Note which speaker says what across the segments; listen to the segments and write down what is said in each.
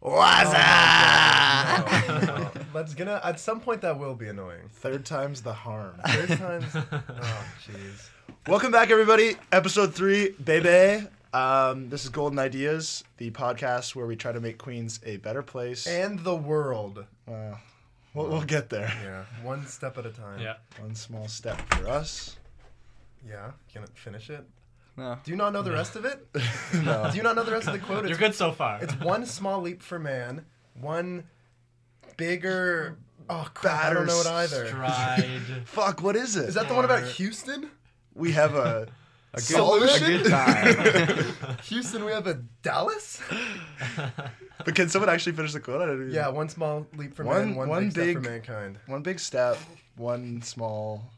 Speaker 1: What's
Speaker 2: God.
Speaker 1: up?
Speaker 2: No, but it's gonna at some point that will be annoying.
Speaker 3: Third time's the harm.
Speaker 2: Third times. Oh jeez.
Speaker 3: Welcome back, everybody. Episode three, baby. Um, this is Golden Ideas, the podcast where we try to make Queens a better place.
Speaker 2: And the world.
Speaker 3: Uh, we'll, we'll get there.
Speaker 2: Yeah. One step at a time.
Speaker 4: Yeah.
Speaker 3: One small step for us.
Speaker 2: Yeah. Gonna finish it.
Speaker 1: No.
Speaker 2: Do you not know the rest of it?
Speaker 3: No.
Speaker 2: Do you not know the rest of the quote?
Speaker 4: You're
Speaker 2: It's,
Speaker 4: good so far.
Speaker 2: it's one small leap for man, one bigger. Oh crap! I
Speaker 3: Batter
Speaker 2: don't know it either.
Speaker 4: Stride.
Speaker 3: Fuck, what is it?
Speaker 2: Is that the one about Houston?
Speaker 3: we have a,
Speaker 1: A
Speaker 2: Solution?
Speaker 1: a good time.
Speaker 2: Houston, we have a Dallas.
Speaker 3: But can someone actually finish the quote? I didn't even-
Speaker 2: Yeah, one small leap for
Speaker 3: One-
Speaker 2: man, one,
Speaker 3: one
Speaker 2: big, step
Speaker 3: big-
Speaker 2: for mankind.
Speaker 3: One big step, one small.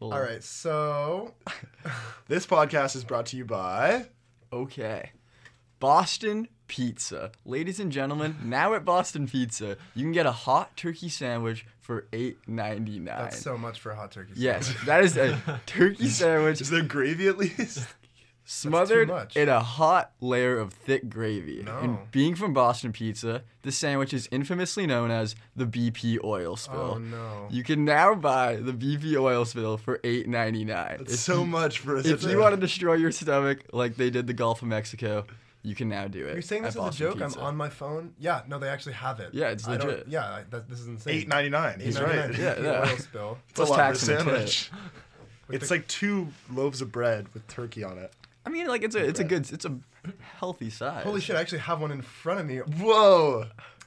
Speaker 2: All right, so
Speaker 3: This podcast is brought to you by.
Speaker 1: Okay. Boston Pizza. Ladies and gentlemen, now at Boston Pizza, you can get a hot turkey sandwich for eight ninety nine.
Speaker 2: that's so much for hot turkey.
Speaker 1: Yes,
Speaker 2: sandwich.
Speaker 1: that is a turkey sandwich
Speaker 3: Is there gravy at least?
Speaker 1: smothered
Speaker 2: much.
Speaker 1: in a hot layer of thick gravy. And
Speaker 2: No.
Speaker 1: being from Boston Pizza, this sandwich is infamously known as the BP oil spill.
Speaker 2: Oh no.
Speaker 1: You can now buy the BP oil spill for eight ninety nine.
Speaker 3: That's so much for us.
Speaker 1: If you want to destroy your stomach like they did the Gulf of Mexico, you can now do it.
Speaker 2: You're saying this as
Speaker 1: at
Speaker 2: a
Speaker 1: Boston
Speaker 2: joke?
Speaker 1: Pizza.
Speaker 2: I'm on my phone. Yeah, no, they actually have it.
Speaker 1: Yeah, it's
Speaker 2: I don't-
Speaker 1: legit.
Speaker 2: Yeah, I- that, this is insane.
Speaker 3: eight ninety nine. He's right.
Speaker 1: Yeah,
Speaker 2: The
Speaker 1: yeah.
Speaker 2: Oil spill.
Speaker 3: It's a
Speaker 1: Plus
Speaker 3: lot for a
Speaker 1: tax and a tip.
Speaker 3: sandwich. It's
Speaker 2: the-
Speaker 3: like two loaves of bread with turkey on it.
Speaker 1: I mean, like it's a it's a good it's a healthy size.
Speaker 2: Holy shit! I actually have one in front of me.
Speaker 3: Whoa!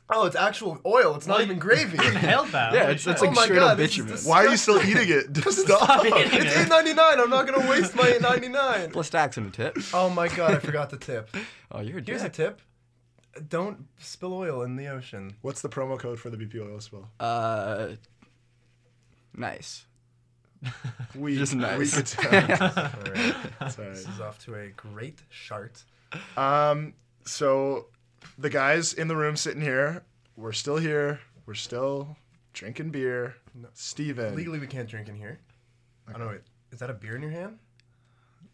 Speaker 2: Oh, it's actual oil. It's not
Speaker 4: Well,
Speaker 2: even gravy.
Speaker 4: Hellbound.
Speaker 1: Yeah, it's, it's
Speaker 2: Oh
Speaker 1: like
Speaker 2: my
Speaker 1: straight
Speaker 2: God,
Speaker 1: up
Speaker 2: this is
Speaker 1: bitumen.
Speaker 2: dis-
Speaker 3: Why are you still eating it? Just stop.
Speaker 4: Stop eating
Speaker 2: it's
Speaker 4: it.
Speaker 2: eight ninety nine. I'm not gonna waste my eight ninety nine.
Speaker 1: Plus tax and a tip.
Speaker 2: Oh my god! I forgot the tip.
Speaker 1: Oh, you're a
Speaker 2: Here's a
Speaker 1: dick.
Speaker 2: tip. Don't spill oil in the ocean.
Speaker 3: What's the promo code for the BP oil spill?
Speaker 1: Uh, nice.
Speaker 3: We
Speaker 1: Just
Speaker 3: We
Speaker 1: nice.
Speaker 3: could tell.
Speaker 2: All right.
Speaker 3: It's all right.
Speaker 2: This is off to a great start.
Speaker 3: Um, so the guys in the room sitting here, we're still here. We're still drinking beer. Steven.
Speaker 2: Legally, we can't drink in here. I don't know. Wait, is that a beer in your hand?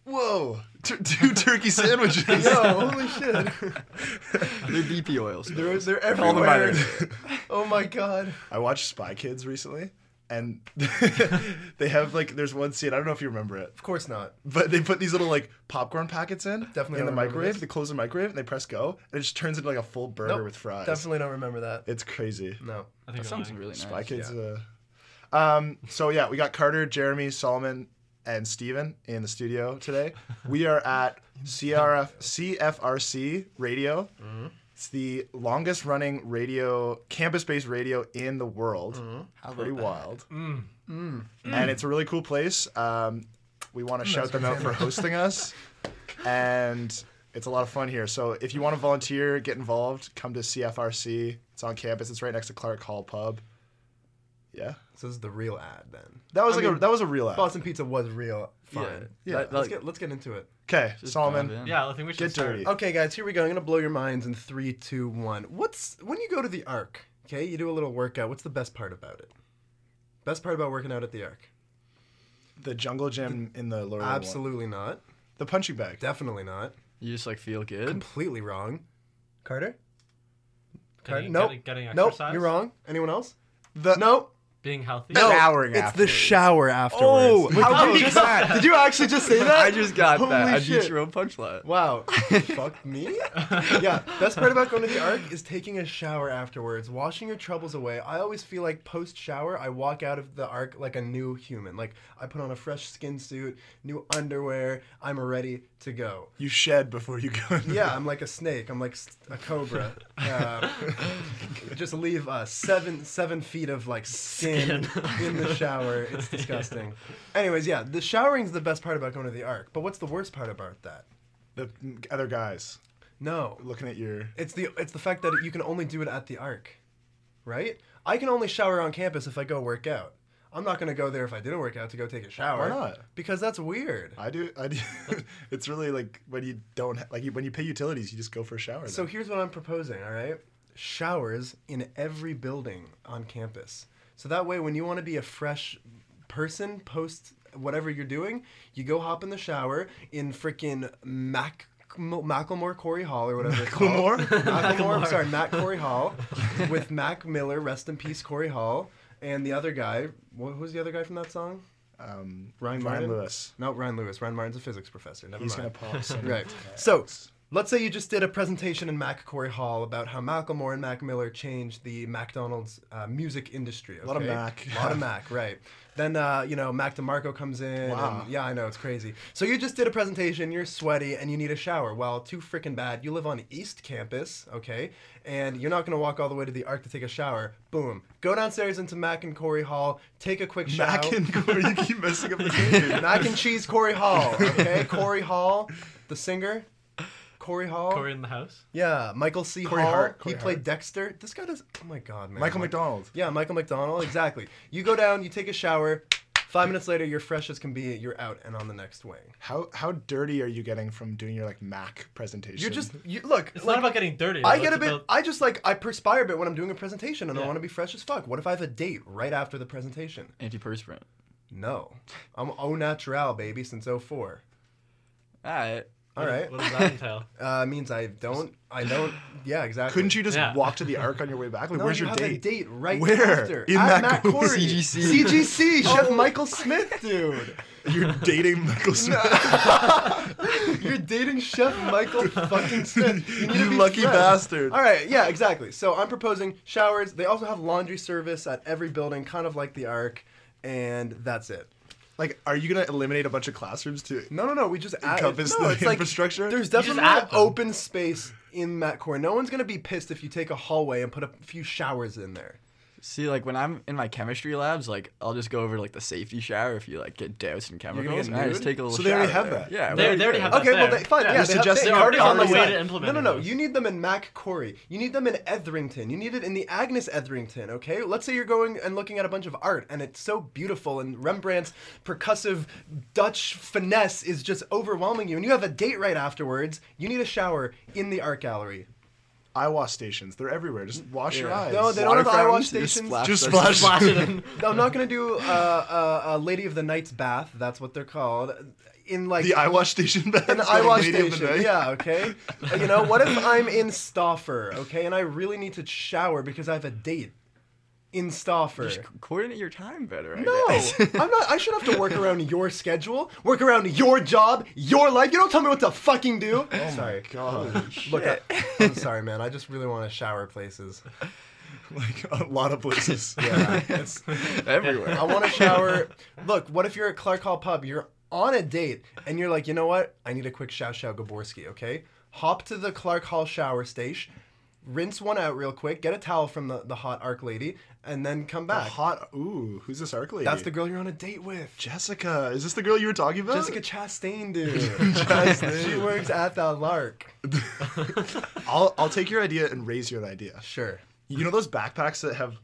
Speaker 3: Whoa! Tur- two turkey sandwiches.
Speaker 2: Yo, holy shit!
Speaker 1: They're BP oils.
Speaker 2: They're, they're
Speaker 1: Call them by their
Speaker 2: everywhere.
Speaker 1: name.
Speaker 2: Oh my god.
Speaker 3: I watched Spy Kids recently, and they have like there's one scene I don't know if you remember it,
Speaker 2: Of course not.
Speaker 3: but they put these little like popcorn packets in
Speaker 2: Definitely
Speaker 3: in the
Speaker 2: don't remember
Speaker 3: microwave.
Speaker 2: this.
Speaker 3: They close the microwave and they press go, and it just turns into like a full burger
Speaker 2: Nope,
Speaker 3: with fries.
Speaker 2: Definitely don't remember that.
Speaker 3: It's crazy.
Speaker 2: No.
Speaker 4: I think I'm
Speaker 1: That sounds
Speaker 4: lying.
Speaker 1: really nice.
Speaker 3: Spy Kids. Uh, um, so yeah, we got Carter, Jeremy, Solomon, and Steven in the studio today. We are at CRF CFRC Radio.
Speaker 2: Mm.
Speaker 3: It's the longest running radio campus-based radio in the world.
Speaker 1: How about
Speaker 3: Pretty
Speaker 1: that?
Speaker 3: wild. Mm. And it's a really cool place. Um, we want to shout them out for hosting us. And it's a lot of fun here. So if you want to volunteer, get involved, come to CFRC. It's on campus. It's right next to Clark Hall Pub. Yeah.
Speaker 2: So this is the real ad then.
Speaker 3: That was
Speaker 2: I
Speaker 3: like a
Speaker 2: mean,
Speaker 3: that was a real ad.
Speaker 2: Boston Pizza was real.
Speaker 1: Yeah.
Speaker 2: Fine.
Speaker 3: Yeah,
Speaker 1: That-
Speaker 2: Let's
Speaker 1: that-
Speaker 2: get let's get into it.
Speaker 3: Okay,
Speaker 1: just
Speaker 3: Solomon.
Speaker 1: dive in.
Speaker 4: Yeah, I think we should
Speaker 3: Get
Speaker 4: start.
Speaker 3: dirty.
Speaker 2: Okay, guys, here we go. I'm gonna blow your minds in three, two, one. What's when you go to the Arc? Okay, you do a little workout. What's the best part about it? Best part about working out at the Arc?
Speaker 3: The jungle gym in the lower. level one.
Speaker 2: Absolutely not.
Speaker 3: The punching bag.
Speaker 2: Definitely not.
Speaker 1: You just like feel good.
Speaker 2: Completely wrong. Carter? Carter?
Speaker 4: Getting,
Speaker 2: Nope.
Speaker 4: getting, getting
Speaker 2: Nope.
Speaker 4: exercise.
Speaker 2: You're wrong. Anyone else?
Speaker 3: The
Speaker 2: No.
Speaker 4: Being healthy.
Speaker 2: No.
Speaker 1: Showering
Speaker 2: It's the
Speaker 1: afterwards.
Speaker 2: shower
Speaker 1: Oh,
Speaker 2: afterwards.
Speaker 1: how
Speaker 4: did
Speaker 1: did
Speaker 4: you
Speaker 1: you
Speaker 4: just-
Speaker 1: Did you actually just say that? I just got
Speaker 2: Holy
Speaker 1: that. I beat
Speaker 2: shit.
Speaker 1: your own punchline.
Speaker 2: Wow. Fuck me? yeah. Best part about going to the Arc is taking a shower afterwards, washing your troubles away. I always feel like post shower, I walk out of the Arc like a new human. Like, I put on a fresh skin suit, new underwear. I'm ready to go.
Speaker 3: you shed before you go. in.
Speaker 2: Yeah, I'm like a snake. I'm like s- a cobra. Um, just leave uh, seven seven feet of like skin, in the shower. It's disgusting. Anyways, yeah, the showering's the best part about going to the ark. But what's the worst part about that?
Speaker 3: The other guys
Speaker 2: No,
Speaker 3: looking at your.
Speaker 2: it's the it's the fact that you can only do it at the ark, right? I can only shower on campus if I go work out. I'm not gonna go there if I didn't work out to go take a
Speaker 3: Why
Speaker 2: shower.
Speaker 3: not?
Speaker 2: Because that's weird.
Speaker 3: I do. I do. it's really like when you don't ha- like you, when you pay utilities, you just go for a shower.
Speaker 2: So
Speaker 3: So
Speaker 2: here's what I'm proposing, all right? Showers in every building on campus. So that way, when you want to be a fresh person post whatever you're doing, you go hop in the shower in freaking Mac Mo- Macklemore Corey Hall or whatever it's called.
Speaker 3: Macklemore?
Speaker 2: Macklemore. I'm
Speaker 4: Macklemore.
Speaker 2: sorry, Matt Corey Hall with Mac Miller, rest in peace, Corey Hall, and the other guy. What was the other guy from that song?
Speaker 3: Um,
Speaker 2: Ryan Martin?
Speaker 3: Ryan Lewis.
Speaker 2: No, Ryan Lewis. Ryan Martin's a physics professor. Never
Speaker 3: He's
Speaker 2: mind.
Speaker 3: gonna pop. some-
Speaker 2: Right. So let's say you just did a presentation in Mac Corey Hall about how Macklemore and Mac Miller changed the McDonald's uh, music industry.
Speaker 3: lot of
Speaker 2: okay?
Speaker 3: Mac.
Speaker 2: A lot of Mac, right. Then, uh, you know, Mac DeMarco comes in.
Speaker 3: Wow.
Speaker 2: And, yeah, I know, it's crazy. So you just did a presentation, you're sweaty, and you need a shower. Well, too freaking bad. You live on East Campus, okay? And you're not going to walk all the way to the Arc to take a shower. Boom. Go downstairs into Mac and Corey Hall, take a quick shower.
Speaker 3: Mac and Corey, you keep messing up the game, dude.
Speaker 2: Mac and cheese Corey Hall, okay? Corey Hall, the singer. Corey Hall.
Speaker 4: Corey in the house.
Speaker 2: Yeah, Michael C.
Speaker 3: Corey
Speaker 2: Hall.
Speaker 3: Hart,
Speaker 2: he
Speaker 3: Corey
Speaker 2: played
Speaker 3: Hart.
Speaker 2: Dexter. This guy does. Oh my god, man.
Speaker 3: Michael
Speaker 2: Like-
Speaker 3: McDonald.
Speaker 2: Yeah, Michael McDonald. Exactly. You go down, you take a shower. Five minutes later, you're fresh as can be. You're out and on the next wing.
Speaker 3: How how dirty are you getting from doing your like Mac presentation?
Speaker 2: You're just you, look.
Speaker 4: It's
Speaker 2: like,
Speaker 4: not about getting dirty.
Speaker 2: I
Speaker 4: though,
Speaker 2: get a
Speaker 4: it's
Speaker 2: bit.
Speaker 4: about-
Speaker 2: I just like I perspire a bit when I'm doing a presentation, and I
Speaker 4: Yeah.
Speaker 2: want to be fresh as fuck. What if I have a date right after the presentation?
Speaker 1: Antiperspirant.
Speaker 2: No, I'm au naturel, baby, since 04.
Speaker 1: All right.
Speaker 2: All right,
Speaker 4: What does that entail?
Speaker 2: uh, means I don't. I don't. Yeah, exactly.
Speaker 3: couldn't you just
Speaker 4: Yeah.
Speaker 3: walk to the arc on your way back? Like,
Speaker 2: No,
Speaker 3: where's
Speaker 2: you
Speaker 3: your
Speaker 2: have
Speaker 3: date?
Speaker 2: A date right
Speaker 3: Where?
Speaker 2: after.
Speaker 3: In
Speaker 2: At
Speaker 3: that
Speaker 2: Matt
Speaker 3: goal.
Speaker 2: Corey.
Speaker 1: CGC.
Speaker 2: CGC. Chef
Speaker 3: Oh.
Speaker 2: Michael Smith, dude.
Speaker 3: You're dating Michael Smith.
Speaker 2: You're dating Chef Michael fucking Smith. need to
Speaker 3: You
Speaker 2: be
Speaker 3: lucky
Speaker 2: friends.
Speaker 3: bastard.
Speaker 2: All right, yeah, exactly. So I'm proposing showers. They also have laundry service at every building, kind of like the Arc, and that's it.
Speaker 3: Like, are you gonna eliminate a bunch of classrooms too?
Speaker 2: No, no, no. We just add
Speaker 3: Encompass
Speaker 2: no,
Speaker 3: the
Speaker 2: it's like,
Speaker 3: infrastructure?
Speaker 2: There's
Speaker 4: just
Speaker 2: definitely
Speaker 4: add
Speaker 2: an
Speaker 4: them.
Speaker 2: open space in Matt Corey. No one's gonna be pissed if you take a hallway and put a few showers in there.
Speaker 1: See, like when I'm in my chemistry labs, like I'll just go over to, like the safety shower if you like get doused in
Speaker 2: gonna get
Speaker 1: chemicals, and I just
Speaker 2: nude?
Speaker 1: take a little.
Speaker 3: So they already
Speaker 1: shower
Speaker 3: have
Speaker 1: there.
Speaker 3: that.
Speaker 1: Yeah,
Speaker 4: They- they already have that.
Speaker 2: Okay, well,
Speaker 4: there.
Speaker 2: they, fine.
Speaker 4: Yeah.
Speaker 2: Yeah,
Speaker 4: You
Speaker 2: they
Speaker 3: suggest
Speaker 2: have,
Speaker 3: they're already on the way
Speaker 2: side.
Speaker 4: to implementing
Speaker 2: No, no, no.
Speaker 4: those.
Speaker 2: You need them in Mac Corey. You need them in Etherington. You need it in the Agnes Etherington. Okay. Let's say you're going and looking at a bunch of art, and it's so beautiful, and Rembrandt's percussive Dutch finesse is just overwhelming you, and you have a date right afterwards. You need a shower in the art gallery.
Speaker 3: Eyewash stations. They're everywhere. Just wash your
Speaker 1: Yeah.
Speaker 3: eyes.
Speaker 2: No, they don't
Speaker 1: Water
Speaker 2: have eye wash
Speaker 1: fountains, you just
Speaker 2: stations.
Speaker 1: splash
Speaker 3: Just
Speaker 1: those-
Speaker 3: splash.
Speaker 4: Splash it in.
Speaker 2: I'm not gonna do uh, a, a Lady of the Night's bath. That's what they're called. In like
Speaker 3: The eyewash station. back.
Speaker 2: an
Speaker 3: It's called
Speaker 2: eyewash
Speaker 3: Lady of the
Speaker 2: station.
Speaker 3: Night.
Speaker 2: yeah, okay. Uh, You know, what if I'm in Stoffer, okay, and I really need to shower because I have a date in Stoffer?
Speaker 1: Just co- coordinate your time better. I
Speaker 2: no,
Speaker 1: guess.
Speaker 2: I'm not. I should have to work around your schedule, work around your job, your life. You don't tell me what to fucking do. Oh sorry.
Speaker 3: God,
Speaker 2: Look, I, I'm sorry, man. I just really want to shower places.
Speaker 3: like a lot of places.
Speaker 2: Yeah.
Speaker 3: It's-
Speaker 1: everywhere.
Speaker 2: I want to shower. Look, what if you're at Clark Hall Pub? You're on a date and you're like, you know what? I need a quick shout shout Gaborski, okay? Hop to the Clark Hall shower station, rinse one out real quick, get a towel from the, the hot arc lady, and then come
Speaker 3: a
Speaker 2: back.
Speaker 3: hot. Ooh, who's this arc lady?
Speaker 2: That's the girl you're on a date with.
Speaker 3: Jessica. Is this the girl you were talking about?
Speaker 2: Jessica Chastain, dude. she works at the Lark.
Speaker 3: I'll I'll take your idea and raise your idea.
Speaker 2: Sure.
Speaker 3: You know those backpacks that have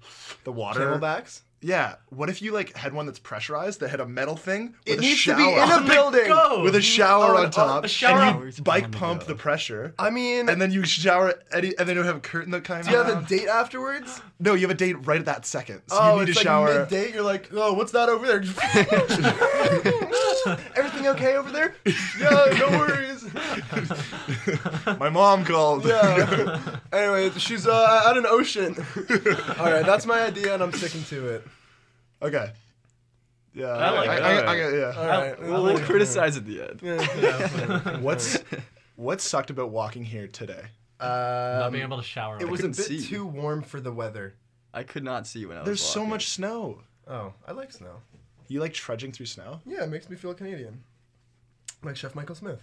Speaker 3: the water.
Speaker 2: Camelbacks?
Speaker 3: Yeah. What if you like had one that's pressurized that had a metal thing with
Speaker 2: It
Speaker 3: a
Speaker 2: needs
Speaker 3: shower Oh
Speaker 2: to be in a
Speaker 3: on-
Speaker 2: building.
Speaker 4: Go.
Speaker 3: with a shower
Speaker 2: Oh,
Speaker 3: on top?
Speaker 4: a shower
Speaker 3: and
Speaker 1: on-
Speaker 3: you bike pump the pressure.
Speaker 2: I mean,
Speaker 3: And then you shower, and you- and then you have a curtain that kind
Speaker 2: do
Speaker 3: of.
Speaker 2: you have a date afterwards?
Speaker 3: no, you have a date right at that second. So
Speaker 2: oh,
Speaker 3: you need
Speaker 2: it's
Speaker 3: to
Speaker 2: like
Speaker 3: shower.
Speaker 2: midday. You're like, oh, what's that over there? Everything okay over there? Yeah, no worries.
Speaker 3: My mom called.
Speaker 2: Yeah. Anyway, she's uh, at an ocean. All right, that's my idea, and I'm sticking to it.
Speaker 3: okay. Yeah.
Speaker 4: I like
Speaker 3: I,
Speaker 4: that.
Speaker 3: I, I, yeah.
Speaker 2: All right.
Speaker 1: We'll, we'll criticize at the end.
Speaker 3: What's what sucked about walking here today?
Speaker 4: Not
Speaker 2: Um,
Speaker 4: being able to shower.
Speaker 2: it
Speaker 4: on
Speaker 2: was a
Speaker 1: couldn't
Speaker 2: bit
Speaker 1: see.
Speaker 2: too warm for the weather.
Speaker 1: I could not see when I was.
Speaker 3: There's so
Speaker 1: walking.
Speaker 3: much snow.
Speaker 2: Oh, I like snow.
Speaker 3: You like trudging through snow?
Speaker 2: Yeah, it makes me feel Canadian, like Chef Michael Smith.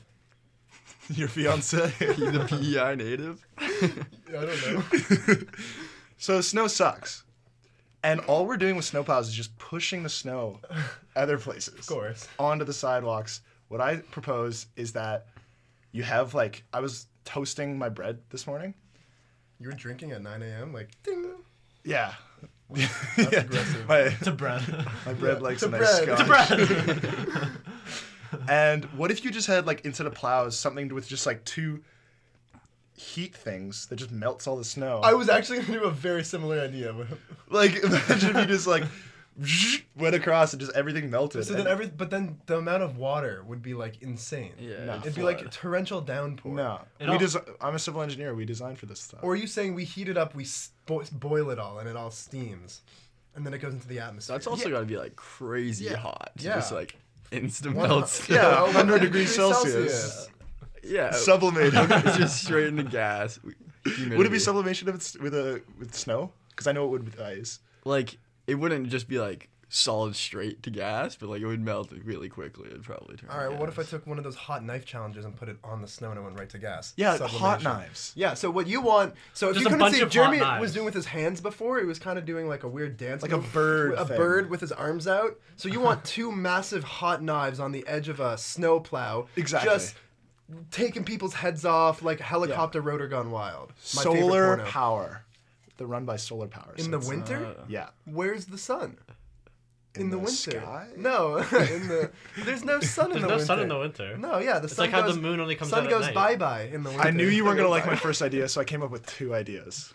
Speaker 3: Your fiance.
Speaker 1: the PEI native.
Speaker 2: Yeah, I don't know.
Speaker 3: so snow sucks. And all we're doing with snowplows is just pushing the snow other places. Of
Speaker 2: course.
Speaker 3: Onto the sidewalks. What I propose is that you have like I was toasting my bread this morning.
Speaker 2: You were drinking at 9 a.m. Like ding.
Speaker 3: Yeah.
Speaker 2: aggressive.
Speaker 3: My,
Speaker 4: It's a bread.
Speaker 3: my bread likes
Speaker 2: It's
Speaker 3: a
Speaker 2: a
Speaker 3: nice
Speaker 2: bread.
Speaker 3: scotch.
Speaker 2: It's a
Speaker 3: And what if you just had like instead of plows something with just like two heat things that just melts all the snow?
Speaker 2: I was actually gonna do a very similar idea. but-
Speaker 3: Like imagine if you just like went across and just everything melted.
Speaker 2: So then
Speaker 3: And-
Speaker 2: every, but then the amount of water would be like insane.
Speaker 1: Yeah.
Speaker 3: No.
Speaker 2: It'd be like torrential downpour.
Speaker 3: no,
Speaker 4: It
Speaker 3: we
Speaker 4: all-
Speaker 3: desi- I'm a civil engineer. We designed for this stuff.
Speaker 2: Or are you saying we heat it up, we s- bo- boil it all, and it all steams, and then it goes into the atmosphere?
Speaker 1: That's also got to be like crazy
Speaker 2: Yeah.
Speaker 1: hot.
Speaker 2: Yeah.
Speaker 1: Yeah. Just like instant
Speaker 2: One-
Speaker 1: melts.
Speaker 3: yeah,
Speaker 2: Yeah,
Speaker 3: 100 degrees Celsius.
Speaker 1: yeah.
Speaker 3: Sublimated.
Speaker 1: it's just straight into gas.
Speaker 3: Would it be sublimation if it's with a with snow? Because I know it would uh, with ice.
Speaker 1: like it wouldn't just be like solid straight to gas, but like it would melt really quickly. It'd probably turn.
Speaker 2: All right. Well, what if I
Speaker 1: gas.
Speaker 2: took one of those hot knife challenges and put it on the snow and it went right to gas?
Speaker 3: Yeah, hot
Speaker 2: Sublimation.
Speaker 3: knives.
Speaker 2: Yeah. So what you want? So if
Speaker 4: Just
Speaker 2: you
Speaker 4: a
Speaker 2: couldn't
Speaker 4: bunch
Speaker 2: see,
Speaker 4: of hot
Speaker 2: Jeremy
Speaker 4: knives.
Speaker 2: was doing with his hands before. He was kind of doing like a weird dance,
Speaker 3: Like a
Speaker 2: move,
Speaker 3: bird
Speaker 2: a
Speaker 3: thing.
Speaker 2: bird with his arms out. So you want two massive hot knives on the edge of a snow plow,
Speaker 3: Exactly.
Speaker 2: Just taking people's heads off like helicopter rotor gone wild. My favorite
Speaker 3: solar
Speaker 2: porno.
Speaker 3: power. They're run by solar power. so
Speaker 2: in the
Speaker 3: it's-
Speaker 2: winter.
Speaker 1: uh,
Speaker 3: Yeah.
Speaker 2: Where's the sun? In,
Speaker 3: In
Speaker 2: the,
Speaker 3: the
Speaker 2: winter.
Speaker 3: sky?
Speaker 2: No, in the there's no sun in
Speaker 4: There's
Speaker 2: the
Speaker 4: no
Speaker 2: winter.
Speaker 4: sun in the winter.
Speaker 2: No, yeah, the
Speaker 4: It's
Speaker 2: sun
Speaker 4: like
Speaker 2: goes,
Speaker 4: how the moon only comes
Speaker 2: sun
Speaker 4: out at
Speaker 2: goes
Speaker 4: night.
Speaker 2: bye bye in the winter.
Speaker 3: I knew you weren't gonna like my
Speaker 2: Bye-bye.
Speaker 3: first idea, so I came up with two ideas.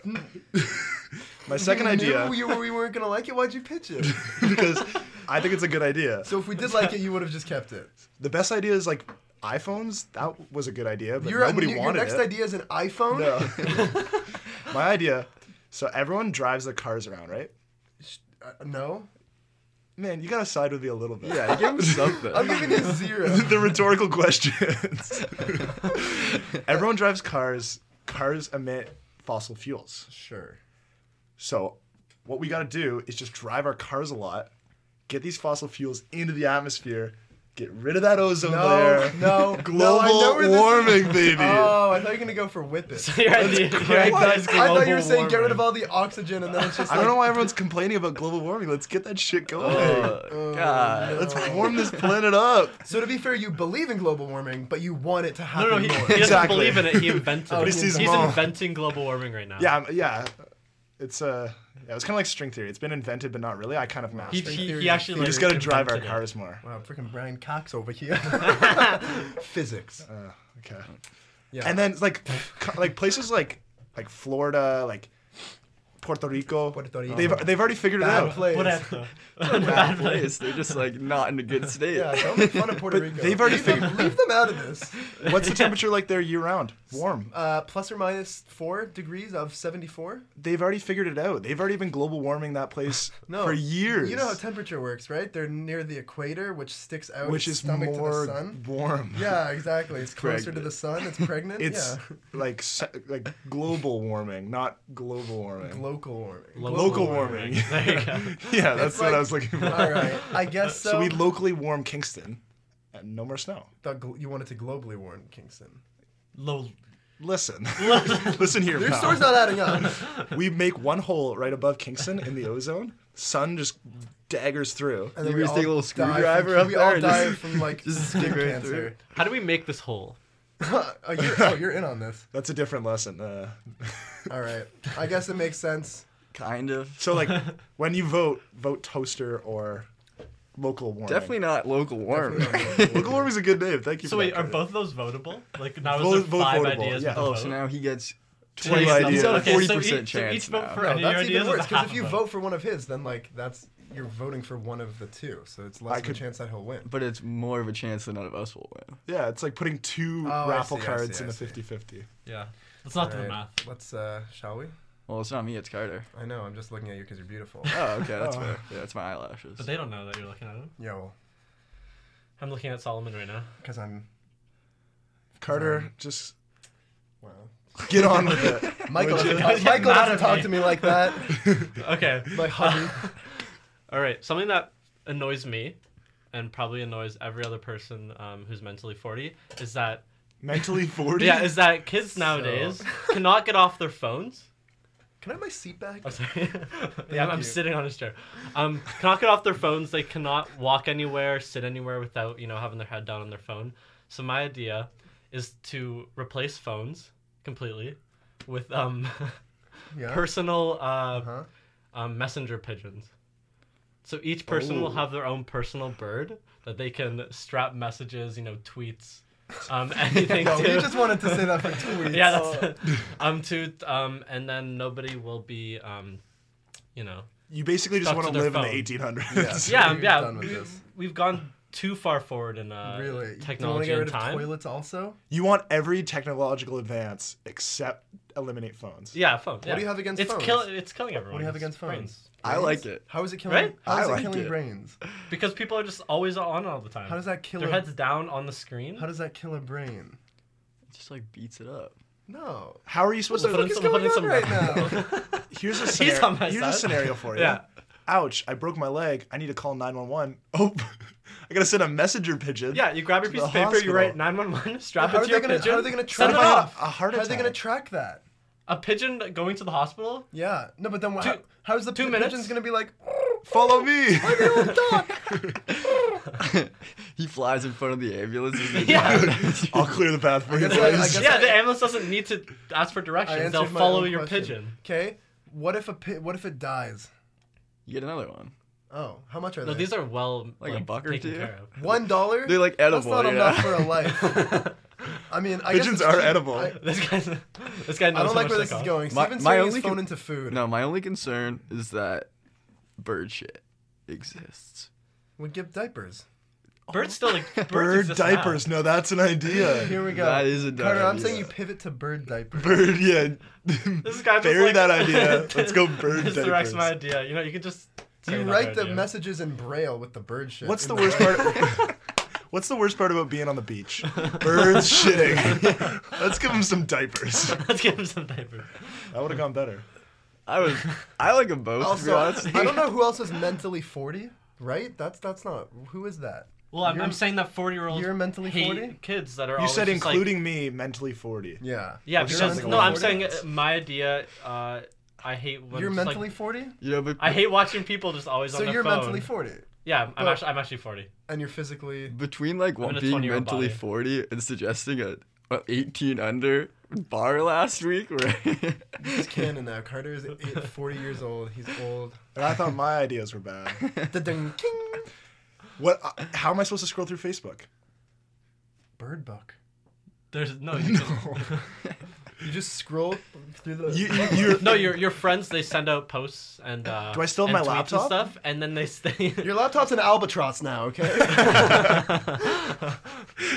Speaker 3: my second idea,
Speaker 2: Knew you were, we weren't gonna like it. Why'd you pitch it?
Speaker 3: because I think it's a good idea.
Speaker 2: So if we did like it, you would have just kept it.
Speaker 3: The best idea is like iPhones. That was a good idea, but
Speaker 2: Your, um,
Speaker 3: nobody
Speaker 2: your,
Speaker 3: wanted
Speaker 2: your next
Speaker 3: it.
Speaker 2: idea is an iPhone.
Speaker 3: No. My idea. So everyone drives their cars around, right?
Speaker 2: Sh- uh, no,
Speaker 3: Man, you gotta side with me a little bit.
Speaker 1: Yeah, give him something.
Speaker 2: I'm giving you zero.
Speaker 3: the rhetorical questions. everyone drives cars. Cars emit fossil fuels.
Speaker 2: sure.
Speaker 3: So, what we got to do is just drive our cars a lot, get these fossil fuels into the atmosphere, get rid of that ozone
Speaker 2: No,
Speaker 3: layer.
Speaker 2: no, no, I know
Speaker 3: global
Speaker 2: where this is-
Speaker 3: warming, baby.
Speaker 2: Oh, I thought you were gonna go for whip it.
Speaker 4: Your idea- your
Speaker 3: crank
Speaker 4: idea
Speaker 3: that
Speaker 4: is
Speaker 2: I thought you were
Speaker 4: global
Speaker 2: saying get rid of
Speaker 4: warming.
Speaker 2: all the oxygen and then it's just
Speaker 3: I
Speaker 2: like,
Speaker 3: don't know why everyone's complaining about global warming. Let's get that shit going.
Speaker 1: Oh, God.
Speaker 3: Let's warm this planet up.
Speaker 2: So to be fair, you believe in global warming, but you want it to
Speaker 4: No,
Speaker 2: happen
Speaker 4: no, he, he
Speaker 2: more.
Speaker 4: doesn't
Speaker 3: Exactly.
Speaker 4: believe in it. He invented
Speaker 2: Oh, he
Speaker 4: it. He's
Speaker 2: sees
Speaker 3: them all.
Speaker 4: inventing global warming right now.
Speaker 3: Yeah, I'm- yeah. It's uh, yeah, it's kind of like string theory. It's been invented, but not really. I kind of
Speaker 4: He,
Speaker 3: mastered. it.
Speaker 4: he,
Speaker 2: theory
Speaker 4: he
Speaker 2: is
Speaker 4: actually
Speaker 2: theory.
Speaker 3: We
Speaker 4: like,
Speaker 3: just gotta drive our
Speaker 4: invented it.
Speaker 3: cars more.
Speaker 2: Wow, freaking Brian Cox over here. Physics.
Speaker 3: Uh, okay.
Speaker 2: Yeah.
Speaker 3: And then like, co- like places like like Florida, like Puerto Rico.
Speaker 2: Puerto Rico.
Speaker 3: They've they've already figured it
Speaker 2: Bad
Speaker 3: out.
Speaker 2: place.
Speaker 4: What happened?
Speaker 1: Bad place. They're just like not in a good state.
Speaker 2: Yeah, don't make fun of Puerto
Speaker 3: But
Speaker 2: Rico.
Speaker 3: they've already
Speaker 2: leave, them,
Speaker 3: figured-
Speaker 2: leave them out of this.
Speaker 3: What's the temperature like there year round? Warm.
Speaker 2: Uh, plus or minus four degrees of seventy-four.
Speaker 3: They've already figured it out. They've already been global warming that place
Speaker 2: No,
Speaker 3: for years.
Speaker 2: You know how temperature works, right? They're near the equator, which sticks out
Speaker 3: which
Speaker 2: its
Speaker 3: is
Speaker 2: stomach
Speaker 3: more
Speaker 2: to the sun.
Speaker 3: warm.
Speaker 2: Yeah, exactly. It's, closer to
Speaker 1: pregnant.
Speaker 2: the sun. It's pregnant.
Speaker 3: It's
Speaker 2: yeah.
Speaker 3: like se- like global warming, not global warming.
Speaker 2: local warming.
Speaker 3: Local warming.
Speaker 4: There you go.
Speaker 3: yeah, that's
Speaker 2: It's
Speaker 3: what
Speaker 2: like-
Speaker 3: I was looking for.
Speaker 2: All right, I guess so.
Speaker 3: So we locally warm Kingston, and no more snow.
Speaker 2: Thought gl- you wanted to globally warm Kingston.
Speaker 4: Low.
Speaker 3: Listen, listen here,
Speaker 2: Your
Speaker 3: pal.
Speaker 2: story's not adding up.
Speaker 3: we make one hole right above Kingston in the ozone. Sun just daggers through.
Speaker 2: And
Speaker 1: You just take a little
Speaker 2: die from-
Speaker 1: screwdriver up
Speaker 2: we
Speaker 1: there
Speaker 2: all
Speaker 1: and
Speaker 2: die
Speaker 1: just-
Speaker 2: from like
Speaker 1: just
Speaker 2: skin
Speaker 1: stick right
Speaker 2: cancer.
Speaker 4: How do we make this hole?
Speaker 2: oh, you're, oh, you're in on this.
Speaker 3: That's a different lesson. Uh,
Speaker 2: All right. I guess it makes sense.
Speaker 1: Kind of.
Speaker 3: so like, when you vote, vote toaster or local warming.
Speaker 1: Definitely not local warming.
Speaker 3: local warming is a good name. Thank you.
Speaker 4: So
Speaker 3: for
Speaker 4: wait,
Speaker 3: that,
Speaker 4: are
Speaker 3: Cody.
Speaker 4: both of those votable? Like now
Speaker 3: Both-
Speaker 4: is there
Speaker 3: both
Speaker 4: five
Speaker 3: votable,
Speaker 4: ideas
Speaker 3: yeah.
Speaker 4: to
Speaker 1: oh,
Speaker 4: vote?
Speaker 1: so now he gets
Speaker 3: Two
Speaker 1: twice.
Speaker 3: ideas.
Speaker 1: He's on a
Speaker 3: Okay,
Speaker 1: forty
Speaker 4: so each-
Speaker 1: percent
Speaker 4: so
Speaker 1: chance
Speaker 4: each vote
Speaker 1: now.
Speaker 4: for-
Speaker 2: No,
Speaker 4: Any of your
Speaker 2: that's even
Speaker 4: ideas
Speaker 2: worse
Speaker 4: is half
Speaker 2: because if
Speaker 4: a
Speaker 2: you
Speaker 4: vote.
Speaker 2: vote for one of his, then like that's you're voting for one of the two, so it's less
Speaker 3: I
Speaker 2: of a
Speaker 3: could-
Speaker 2: chance that he'll win.
Speaker 1: But it's more of a chance that none of us will win.
Speaker 3: Yeah, it's like putting two
Speaker 2: Oh, I
Speaker 3: raffle
Speaker 2: see, I
Speaker 3: cards
Speaker 2: see,
Speaker 3: in a
Speaker 2: I see.
Speaker 3: 50-50.
Speaker 4: Yeah. Let's not do the
Speaker 2: All
Speaker 4: math.
Speaker 2: right, Let's uh, shall we?
Speaker 1: Well, it's not me. It's Carter.
Speaker 2: I know. I'm just looking at you because you're beautiful.
Speaker 1: Oh, okay, that's
Speaker 3: Oh.
Speaker 1: fair. Yeah, that's my eyelashes.
Speaker 4: But they don't know that you're looking at him.
Speaker 2: yeah, well,
Speaker 4: I'm looking at Solomon right now.
Speaker 2: because I'm Uh-huh.
Speaker 3: Carter, just
Speaker 2: well.
Speaker 3: get on with it.
Speaker 2: Michael,
Speaker 3: Would you-
Speaker 2: doesn't,
Speaker 4: Don't get
Speaker 2: Michael
Speaker 4: mad
Speaker 2: doesn't
Speaker 4: at
Speaker 2: talk
Speaker 4: me.
Speaker 2: to me like that.
Speaker 4: Okay.
Speaker 2: Like huggy.
Speaker 4: All right. Something that annoys me, and probably annoys every other person um, who's mentally 40, is that
Speaker 3: Mentally forty.
Speaker 4: yeah, is that kids nowadays cannot get off their phones.
Speaker 2: Can I have my seat back?
Speaker 4: I'm sorry. yeah,
Speaker 2: Thank
Speaker 4: I'm, I'm
Speaker 2: you.
Speaker 4: sitting on his chair. Um, cannot get off their phones. They cannot walk anywhere, sit anywhere without you know having their head down on their phone. So my idea is to replace phones completely with um,
Speaker 2: Yeah.
Speaker 4: personal uh,
Speaker 2: Huh?
Speaker 4: um, messenger pigeons. So each person
Speaker 2: Oh.
Speaker 4: will have their own personal bird that they can strap messages, you know, tweets, um, anything
Speaker 2: No,
Speaker 4: to.
Speaker 2: you just wanted to say that for two weeks.
Speaker 4: yeah, that's um to um, and then nobody will be um, you know.
Speaker 3: You basically just
Speaker 4: Stuck
Speaker 3: want
Speaker 4: to
Speaker 3: to
Speaker 4: their
Speaker 3: live in
Speaker 4: phone.
Speaker 3: the 1800s.
Speaker 4: Yeah,
Speaker 2: You're
Speaker 4: yeah.
Speaker 2: done with
Speaker 4: We,
Speaker 2: this.
Speaker 4: we've gone too far forward in uh,
Speaker 2: really? you want to
Speaker 4: technology
Speaker 2: get
Speaker 4: and
Speaker 2: rid of
Speaker 4: time.
Speaker 2: toilets also?
Speaker 3: You want every technological advance except eliminate phones.
Speaker 4: Yeah, phones.
Speaker 2: do you have against
Speaker 4: it's
Speaker 2: phones?
Speaker 4: Kill, it's killing everyone.
Speaker 2: What do you have
Speaker 4: It's
Speaker 2: against phones?
Speaker 4: brains.
Speaker 1: I like it.
Speaker 2: How is it killing?
Speaker 4: Right?
Speaker 2: How is
Speaker 1: I
Speaker 2: it
Speaker 1: like
Speaker 2: killing
Speaker 1: it.
Speaker 2: brains?
Speaker 4: Because people are just always on all the time.
Speaker 2: How does that kill?
Speaker 4: Their
Speaker 2: a,
Speaker 4: heads down on the screen.
Speaker 2: How does that kill a brain?
Speaker 1: It just like beats it up.
Speaker 2: No.
Speaker 3: How are you supposed
Speaker 4: Put
Speaker 3: to?
Speaker 4: in
Speaker 2: is
Speaker 4: some- put
Speaker 2: going
Speaker 4: in
Speaker 2: on
Speaker 4: some
Speaker 2: right
Speaker 4: rubber.
Speaker 3: Here's a
Speaker 4: He's
Speaker 3: scenario.
Speaker 4: on my
Speaker 3: here's a
Speaker 4: side.
Speaker 3: scenario for you.
Speaker 4: Yeah.
Speaker 3: Ouch! I broke my leg. I need to call 911. Oh, I gotta send a messenger pigeon.
Speaker 4: Yeah, you grab your
Speaker 3: To
Speaker 4: piece
Speaker 3: the
Speaker 4: of paper, you write
Speaker 3: hospital.
Speaker 4: 911, strap
Speaker 2: How
Speaker 4: it
Speaker 2: are
Speaker 4: to
Speaker 2: they
Speaker 4: your
Speaker 2: gonna?
Speaker 4: pigeon.
Speaker 2: How are they gonna track
Speaker 4: send
Speaker 3: What
Speaker 4: it
Speaker 2: that?
Speaker 3: about
Speaker 4: off.
Speaker 3: a heart
Speaker 2: How are they gonna
Speaker 3: attack?
Speaker 2: track that?
Speaker 4: A pigeon going to the hospital?
Speaker 2: Yeah. No, but then what?
Speaker 4: Two-
Speaker 2: how, how's the
Speaker 4: two
Speaker 2: pi-
Speaker 4: minutes?
Speaker 2: pigeon's gonna be like?
Speaker 3: Follow me.
Speaker 1: he flies in front of the ambulance.
Speaker 4: Yeah.
Speaker 3: I'll clear the path for you.
Speaker 2: guess I- I
Speaker 3: guys.
Speaker 2: guess
Speaker 4: yeah,
Speaker 2: I-
Speaker 4: the ambulance doesn't need to ask for directions. They'll follow your pigeon.
Speaker 2: Okay. What if a pi- what if it dies?
Speaker 1: You get another one.
Speaker 2: Oh, how much are
Speaker 4: No,
Speaker 2: they?
Speaker 4: these are well
Speaker 1: Like a buck or
Speaker 4: taken
Speaker 1: two?
Speaker 4: care of.
Speaker 2: one dollar.
Speaker 1: They're like
Speaker 2: That's
Speaker 1: edible.
Speaker 2: not
Speaker 1: you know?
Speaker 2: enough for a life. I mean, I guess
Speaker 3: Pigeons
Speaker 2: it's
Speaker 3: are
Speaker 2: cheap.
Speaker 3: edible.
Speaker 2: I,
Speaker 4: This guy's this guy knows
Speaker 2: I don't
Speaker 4: how
Speaker 2: like
Speaker 4: much
Speaker 2: where
Speaker 4: they
Speaker 2: this is
Speaker 4: cost.
Speaker 2: going.
Speaker 1: My-
Speaker 2: Steven's
Speaker 1: my
Speaker 2: turning his
Speaker 1: only
Speaker 2: phone
Speaker 1: con-
Speaker 2: into food.
Speaker 1: no, my only concern is that bird shit exists.
Speaker 2: We give diapers.
Speaker 4: Birds still like birds
Speaker 3: Bird
Speaker 4: exist now.
Speaker 3: diapers. No, that's an idea.
Speaker 2: Here we go.
Speaker 1: That is a
Speaker 2: Carter,
Speaker 1: dumb
Speaker 2: I'm saying you
Speaker 1: idea.
Speaker 2: pivot to bird diapers.
Speaker 3: Bird. Yeah.
Speaker 4: This guy just
Speaker 3: Bury
Speaker 4: like,
Speaker 3: that idea. Let's go bird
Speaker 4: This
Speaker 3: diapers.
Speaker 4: directs my idea. You know, you can just say
Speaker 2: You
Speaker 4: another
Speaker 2: write the
Speaker 4: idea.
Speaker 2: messages in braille with the bird shit.
Speaker 3: What's
Speaker 2: in
Speaker 3: the worst
Speaker 2: braille.
Speaker 3: part? What's the worst part about being on the beach? Birds shitting. Let's give them some diapers.
Speaker 4: Let's give him some diapers.
Speaker 3: That would have gone better.
Speaker 1: I was. I like them both. to be
Speaker 2: Also,
Speaker 1: honest.
Speaker 2: I don't know who else is mentally 40, right? That's that's not who is that?
Speaker 4: Well, I'm,
Speaker 2: You're-
Speaker 4: I'm saying that 40 year olds
Speaker 2: you're mentally
Speaker 4: hate
Speaker 2: 40?
Speaker 4: kids that are.
Speaker 3: You
Speaker 4: always
Speaker 3: said
Speaker 4: just, like-
Speaker 3: including me, mentally forty.
Speaker 2: Yeah.
Speaker 4: yeah,
Speaker 2: You're
Speaker 4: because
Speaker 2: mentally
Speaker 4: no, I'm
Speaker 2: 40?
Speaker 4: saying uh, my idea. Uh, I hate when
Speaker 2: you're
Speaker 4: just,
Speaker 2: mentally
Speaker 4: Like,
Speaker 2: 40.
Speaker 1: You know, but
Speaker 4: I hate watching people just always
Speaker 2: So
Speaker 4: on their
Speaker 2: you're
Speaker 4: phone.
Speaker 2: mentally 40,
Speaker 4: Yeah, I'm
Speaker 2: But-
Speaker 4: actually I'm actually 40.
Speaker 2: and you're physically.
Speaker 1: between like
Speaker 4: in
Speaker 1: what
Speaker 4: a
Speaker 1: being
Speaker 4: 20-year-old
Speaker 1: mentally
Speaker 4: body.
Speaker 1: 40 and suggesting a, a 18 under bar last week, right?
Speaker 2: He's canon now. Carter is eight, 40 years old. He's old.
Speaker 3: And I thought my ideas were bad.
Speaker 2: Da-ding, king.
Speaker 3: What? uh, How am I supposed to scroll through Facebook?
Speaker 2: Bird book.
Speaker 4: There's no. You no.
Speaker 2: You just scroll through the.
Speaker 3: You, you, you're,
Speaker 4: no, your your friends they send out posts and uh,
Speaker 3: Do I still have
Speaker 4: and
Speaker 3: my
Speaker 4: tweets
Speaker 3: laptop?
Speaker 4: and stuff, and then they stay.
Speaker 2: Your laptop's an albatross now, okay?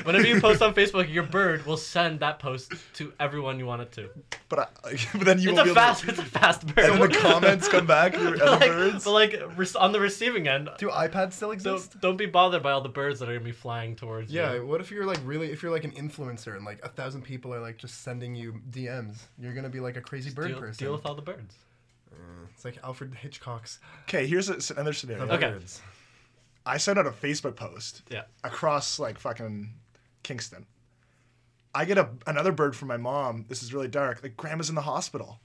Speaker 4: Whenever you post on Facebook, your bird will send that post to everyone you want it to.
Speaker 3: but, I, but then you
Speaker 4: it's
Speaker 3: won't be
Speaker 4: a
Speaker 3: able
Speaker 4: fast,
Speaker 3: to.
Speaker 4: it's a fast
Speaker 3: And the
Speaker 4: bird.
Speaker 3: comments come back. Your other
Speaker 4: like,
Speaker 3: birds.
Speaker 4: But like re- on the receiving end,
Speaker 2: Do iPads still exist?
Speaker 4: don't, don't be bothered by all the birds that are gonna be flying towards
Speaker 2: Yeah,
Speaker 4: you.
Speaker 2: what if you're like really if you're like an influencer and like a thousand people are like just sending you DMs? You're gonna be like a crazy bird
Speaker 4: deal,
Speaker 2: person.
Speaker 4: deal with all the birds.
Speaker 2: it's like Alfred Hitchcock's
Speaker 3: Okay, here's a, another scenario.
Speaker 4: Okay.
Speaker 2: birds.
Speaker 3: I sent out a Facebook post
Speaker 4: Yeah.
Speaker 3: across like fucking Kingston. I get a, another bird from my mom. This is really dark. Like grandma's in the hospital.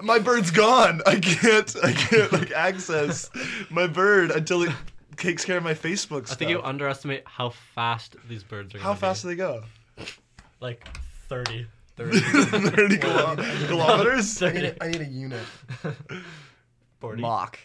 Speaker 3: My bird's gone. I can't. I can't like access my bird until it takes care of my Facebook stuff.
Speaker 4: I think you underestimate how fast these birds are.
Speaker 3: How
Speaker 4: gonna
Speaker 3: fast do
Speaker 4: Be.
Speaker 3: they go?
Speaker 4: Like thirty.
Speaker 3: Thirty kilo- kilometers.
Speaker 2: I need,
Speaker 4: 30
Speaker 2: a, I need a unit.
Speaker 4: 40.
Speaker 1: Mock.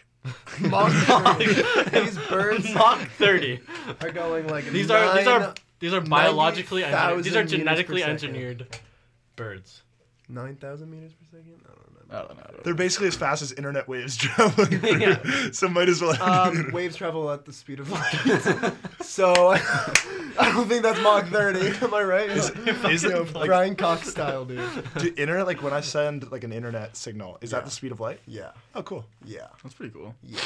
Speaker 2: Mock birds. These birds
Speaker 4: Mach 30.
Speaker 2: are going like
Speaker 4: These are these are these are biologically engineered.
Speaker 2: 90,000
Speaker 4: These are
Speaker 2: meters per
Speaker 4: genetically
Speaker 2: second.
Speaker 4: engineered birds.
Speaker 2: nine thousand meters per second. I don't know.
Speaker 1: I don't know. I don't know.
Speaker 3: They're basically as fast as internet waves traveling. Through, So might as well.
Speaker 4: Uh,
Speaker 2: Um, waves travel at the speed of light, so I don't think that's Mach 30. Am I right?
Speaker 3: is
Speaker 2: you know,
Speaker 3: it, like,
Speaker 2: Brian Cox style, dude.
Speaker 3: do internet like when I send like an internet signal? Is that the speed of light?
Speaker 2: Yeah,
Speaker 3: Oh, cool.
Speaker 2: yeah,
Speaker 1: That's pretty cool.
Speaker 2: yeah.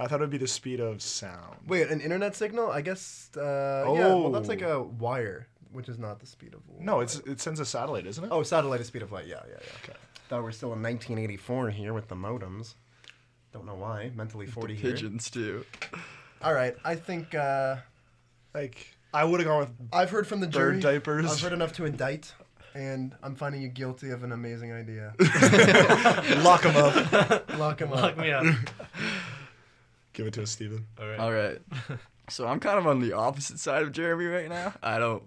Speaker 3: I thought it would be the speed of sound.
Speaker 2: Wait, an internet signal? I guess. Uh, Yeah, well,
Speaker 3: Oh.
Speaker 2: that's like a wire, which is not the speed of light.
Speaker 3: No, it's it sends a satellite, isn't it?
Speaker 2: Oh, satellite is speed of light. Yeah, yeah, yeah. Thought we're still in 1984 here with the modems. Don't know why. Mentally 40 here.
Speaker 1: Pigeons too.
Speaker 2: All right, I think uh,
Speaker 3: Like I would have gone with
Speaker 2: I've heard from the jury.
Speaker 3: bird diapers.
Speaker 2: I've heard enough to indict, and I'm finding you guilty of an amazing idea.
Speaker 3: Lock them up.
Speaker 2: Lock him
Speaker 4: Lock
Speaker 2: up.
Speaker 4: me up.
Speaker 3: Give it to us, Steven.
Speaker 4: All right.
Speaker 1: All right. So I'm kind of on the opposite side of Jeremy right now. I don't.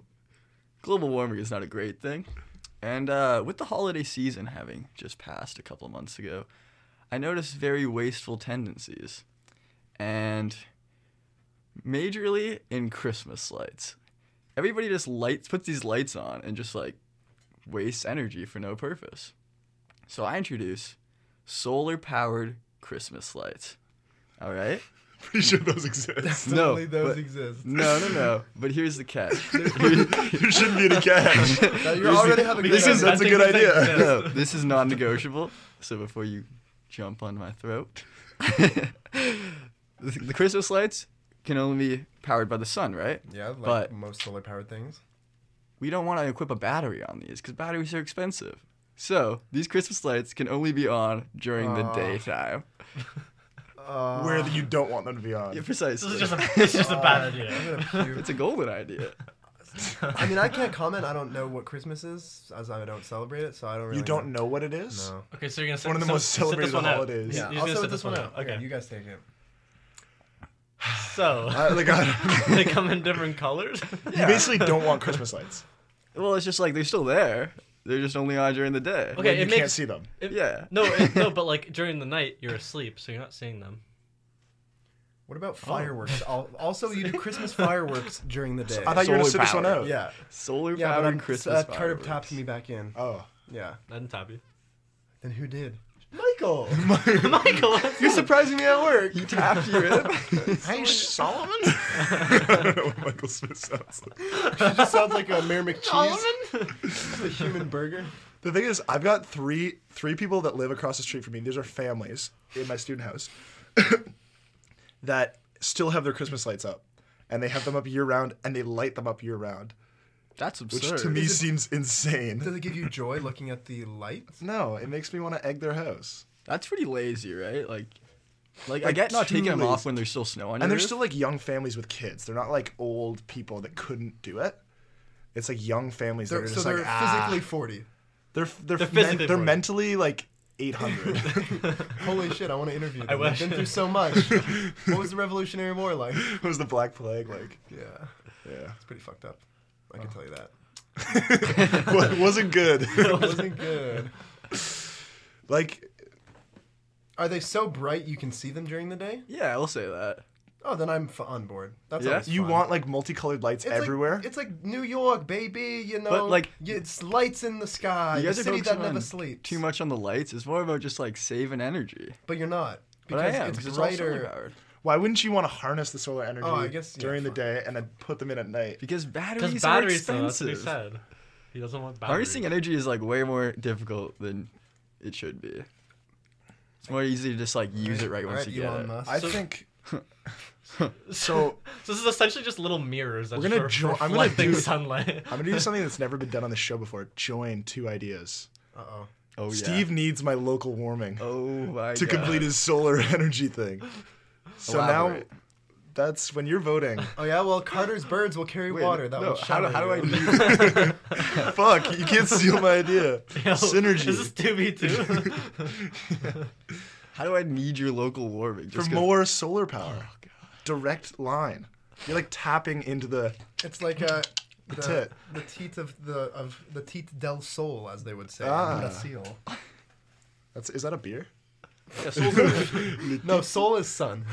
Speaker 1: Global warming is not a great thing. And uh, with the holiday season having just passed a couple of months ago, I noticed very wasteful tendencies. And majorly in Christmas lights. Everybody just lights puts these lights on and just like wastes energy for no purpose. So I introduce solar powered Christmas lights. All right?
Speaker 3: Pretty sure those exist.
Speaker 1: No,
Speaker 2: Only those
Speaker 1: but-
Speaker 2: exist.
Speaker 1: No, no, no. But here's the catch.
Speaker 3: there shouldn't be any cash.
Speaker 2: Now, you're
Speaker 1: Here's the-
Speaker 2: already having
Speaker 1: this
Speaker 2: good
Speaker 1: is-
Speaker 2: idea.
Speaker 3: That's a good idea.
Speaker 1: no, this is non-negotiable. So before you jump on my throat, the, the Christmas lights can only be powered by the sun, right?
Speaker 2: Yeah, like
Speaker 1: But-
Speaker 2: most solar powered things.
Speaker 1: We don't want to equip a battery on these because batteries are expensive. So these Christmas lights can only be on during the
Speaker 2: Aw.
Speaker 1: daytime.
Speaker 2: Uh,
Speaker 3: Where you don't want them to be on.
Speaker 1: Yeah, precisely.
Speaker 4: This is just a, it's just a bad
Speaker 2: I'm
Speaker 4: idea.
Speaker 2: gonna puke.
Speaker 1: it's a golden idea.
Speaker 2: I mean, I can't comment. I don't know what Christmas is, as I don't celebrate it, so I don't really.
Speaker 3: you don't know what it is?
Speaker 2: No.
Speaker 4: Okay, so you're gonna sit,
Speaker 3: One of the
Speaker 4: so,
Speaker 3: most
Speaker 4: sit this
Speaker 3: celebrated
Speaker 4: one out.
Speaker 3: holidays.
Speaker 4: He's-
Speaker 2: Yeah,
Speaker 4: he's
Speaker 2: I'll
Speaker 4: gonna
Speaker 2: sit
Speaker 4: sit
Speaker 2: this one out. Okay, you guys take it.
Speaker 4: So
Speaker 3: I- like, I-
Speaker 4: they come in different colors.
Speaker 3: you basically don't want Christmas lights.
Speaker 1: Well, it's just like they're still there. They're just only on during the day.
Speaker 4: Okay,
Speaker 3: you
Speaker 4: it
Speaker 3: can't
Speaker 4: makes
Speaker 3: see them.
Speaker 4: it-
Speaker 1: Yeah.
Speaker 4: No, it, no, but like during the night you're asleep, so you're not seeing them.
Speaker 2: What
Speaker 4: Oh.
Speaker 2: about fireworks? Al- Also, you do Christmas fireworks during the day.
Speaker 3: I thought you were gonna
Speaker 1: Solar
Speaker 3: sit this one
Speaker 1: powered.
Speaker 3: out.
Speaker 2: yeah,
Speaker 1: Solar
Speaker 2: yeah,
Speaker 1: powered
Speaker 2: but I'm,
Speaker 1: Christmas.
Speaker 2: uh, Carter
Speaker 1: fireworks.
Speaker 2: tapped me back in.
Speaker 3: Oh.
Speaker 2: Yeah.
Speaker 4: I didn't tap you.
Speaker 2: Then who did? Michael.
Speaker 4: Michael, what's
Speaker 2: You're
Speaker 4: up?
Speaker 2: surprising me at work.
Speaker 1: He tapped you in.
Speaker 3: Hey, Solomon? I don't know what Michael Smith sounds like.
Speaker 2: She just sounds like a Mayor McCheese, the human burger.
Speaker 3: The thing is, I've got three three people that live across the street from me. These are families in my student house that still have their Christmas lights up, and they have them up year round, and they light them up year round,
Speaker 1: That's
Speaker 3: which
Speaker 1: absurd.
Speaker 3: to me
Speaker 2: Is it-
Speaker 3: seems insane.
Speaker 2: Does it give you joy looking at the lights?
Speaker 3: No, it makes me want to egg their house.
Speaker 1: That's pretty lazy, right? Like, like, I
Speaker 3: Like,
Speaker 1: get not
Speaker 3: too
Speaker 1: taking them
Speaker 3: lazy.
Speaker 1: off when there's still snow on your
Speaker 3: And they're
Speaker 1: roof.
Speaker 3: still like young families with kids. They're not like old people that couldn't do it. It's like young families that
Speaker 2: They're,
Speaker 3: are
Speaker 2: so
Speaker 3: just
Speaker 2: they're
Speaker 3: like ah.
Speaker 2: physically 40.
Speaker 3: They're they're
Speaker 4: They're
Speaker 3: they're,
Speaker 4: physically
Speaker 3: they're
Speaker 4: bored.
Speaker 3: mentally like 800.
Speaker 2: Holy shit, I want to interview them.
Speaker 4: wish.
Speaker 2: I've been through so much. what was the Revolutionary War like?
Speaker 3: it was the Black Plague like
Speaker 2: Yeah,
Speaker 3: yeah.
Speaker 2: it's pretty fucked up. I can tell you that.
Speaker 3: Well, it wasn't good.
Speaker 2: It wasn't good.
Speaker 3: like
Speaker 2: Are they so bright you can see them during the day?
Speaker 1: yeah, I'll say that.
Speaker 2: Oh, then I'm f- on board. That's
Speaker 1: Yeah?
Speaker 2: always
Speaker 3: you
Speaker 2: fun.
Speaker 3: want like multicolored lights
Speaker 2: It's like-
Speaker 3: everywhere.
Speaker 2: it's like New York, baby. You know,
Speaker 1: like-
Speaker 2: y- it's lights in the sky.
Speaker 1: You guys
Speaker 2: the
Speaker 1: are
Speaker 2: city
Speaker 1: focusing
Speaker 2: that never
Speaker 1: on
Speaker 2: sleeps.
Speaker 1: Too much on the lights. It's more about just like saving energy.
Speaker 2: but you're not
Speaker 1: But I am
Speaker 2: it's
Speaker 1: because it's, all solar
Speaker 2: brighter.
Speaker 1: powered.
Speaker 3: Why wouldn't you want to harness the solar energy
Speaker 2: Oh, I guess, yeah,
Speaker 3: during the
Speaker 2: fine.
Speaker 3: day and then put them in at night?
Speaker 1: Because
Speaker 4: Because
Speaker 1: batteries, are
Speaker 4: batteries, though, that's what he
Speaker 1: expensive.
Speaker 4: said. He doesn't want batteries.
Speaker 1: Harnessing energy is like way more difficult than it should be. It's more easy to just like use it right once you get
Speaker 2: Elon
Speaker 1: it.
Speaker 2: Musk.
Speaker 3: I
Speaker 4: So-
Speaker 3: think
Speaker 4: So, so this is essentially just little mirrors that
Speaker 3: We're
Speaker 4: just
Speaker 3: gonna
Speaker 4: re-
Speaker 3: jo- I'm gonna
Speaker 4: reflecting
Speaker 3: do-
Speaker 4: sunlight.
Speaker 3: I'm gonna do something that's never been done on the show before. Join two ideas.
Speaker 2: Uh oh.
Speaker 1: Oh yeah.
Speaker 3: Steve needs my local warming
Speaker 1: Oh my
Speaker 3: to
Speaker 1: God.
Speaker 3: complete his solar energy thing. So now
Speaker 1: Elaborate.
Speaker 3: that's when you're voting.
Speaker 2: Oh yeah. Well, Carter's birds will carry
Speaker 1: Wait,
Speaker 2: water. That
Speaker 1: no,
Speaker 2: will
Speaker 1: how do,
Speaker 2: shower
Speaker 1: how do I
Speaker 2: you.
Speaker 1: use
Speaker 3: Fuck, you can't steal my idea.
Speaker 4: Yo,
Speaker 3: Synergy.
Speaker 4: Is this two v two?
Speaker 1: How do I need your local warming?
Speaker 3: for
Speaker 1: Just 'cause-
Speaker 3: more solar power. Oh, Direct line. You're like tapping into the
Speaker 2: It's like uh the,
Speaker 3: tit.
Speaker 2: the teat of the of the teat del sol, as they would say.
Speaker 3: Ah.
Speaker 2: Ah. Seal.
Speaker 3: that's is that a beer?
Speaker 1: Yeah, solar-
Speaker 2: No, soul is sun.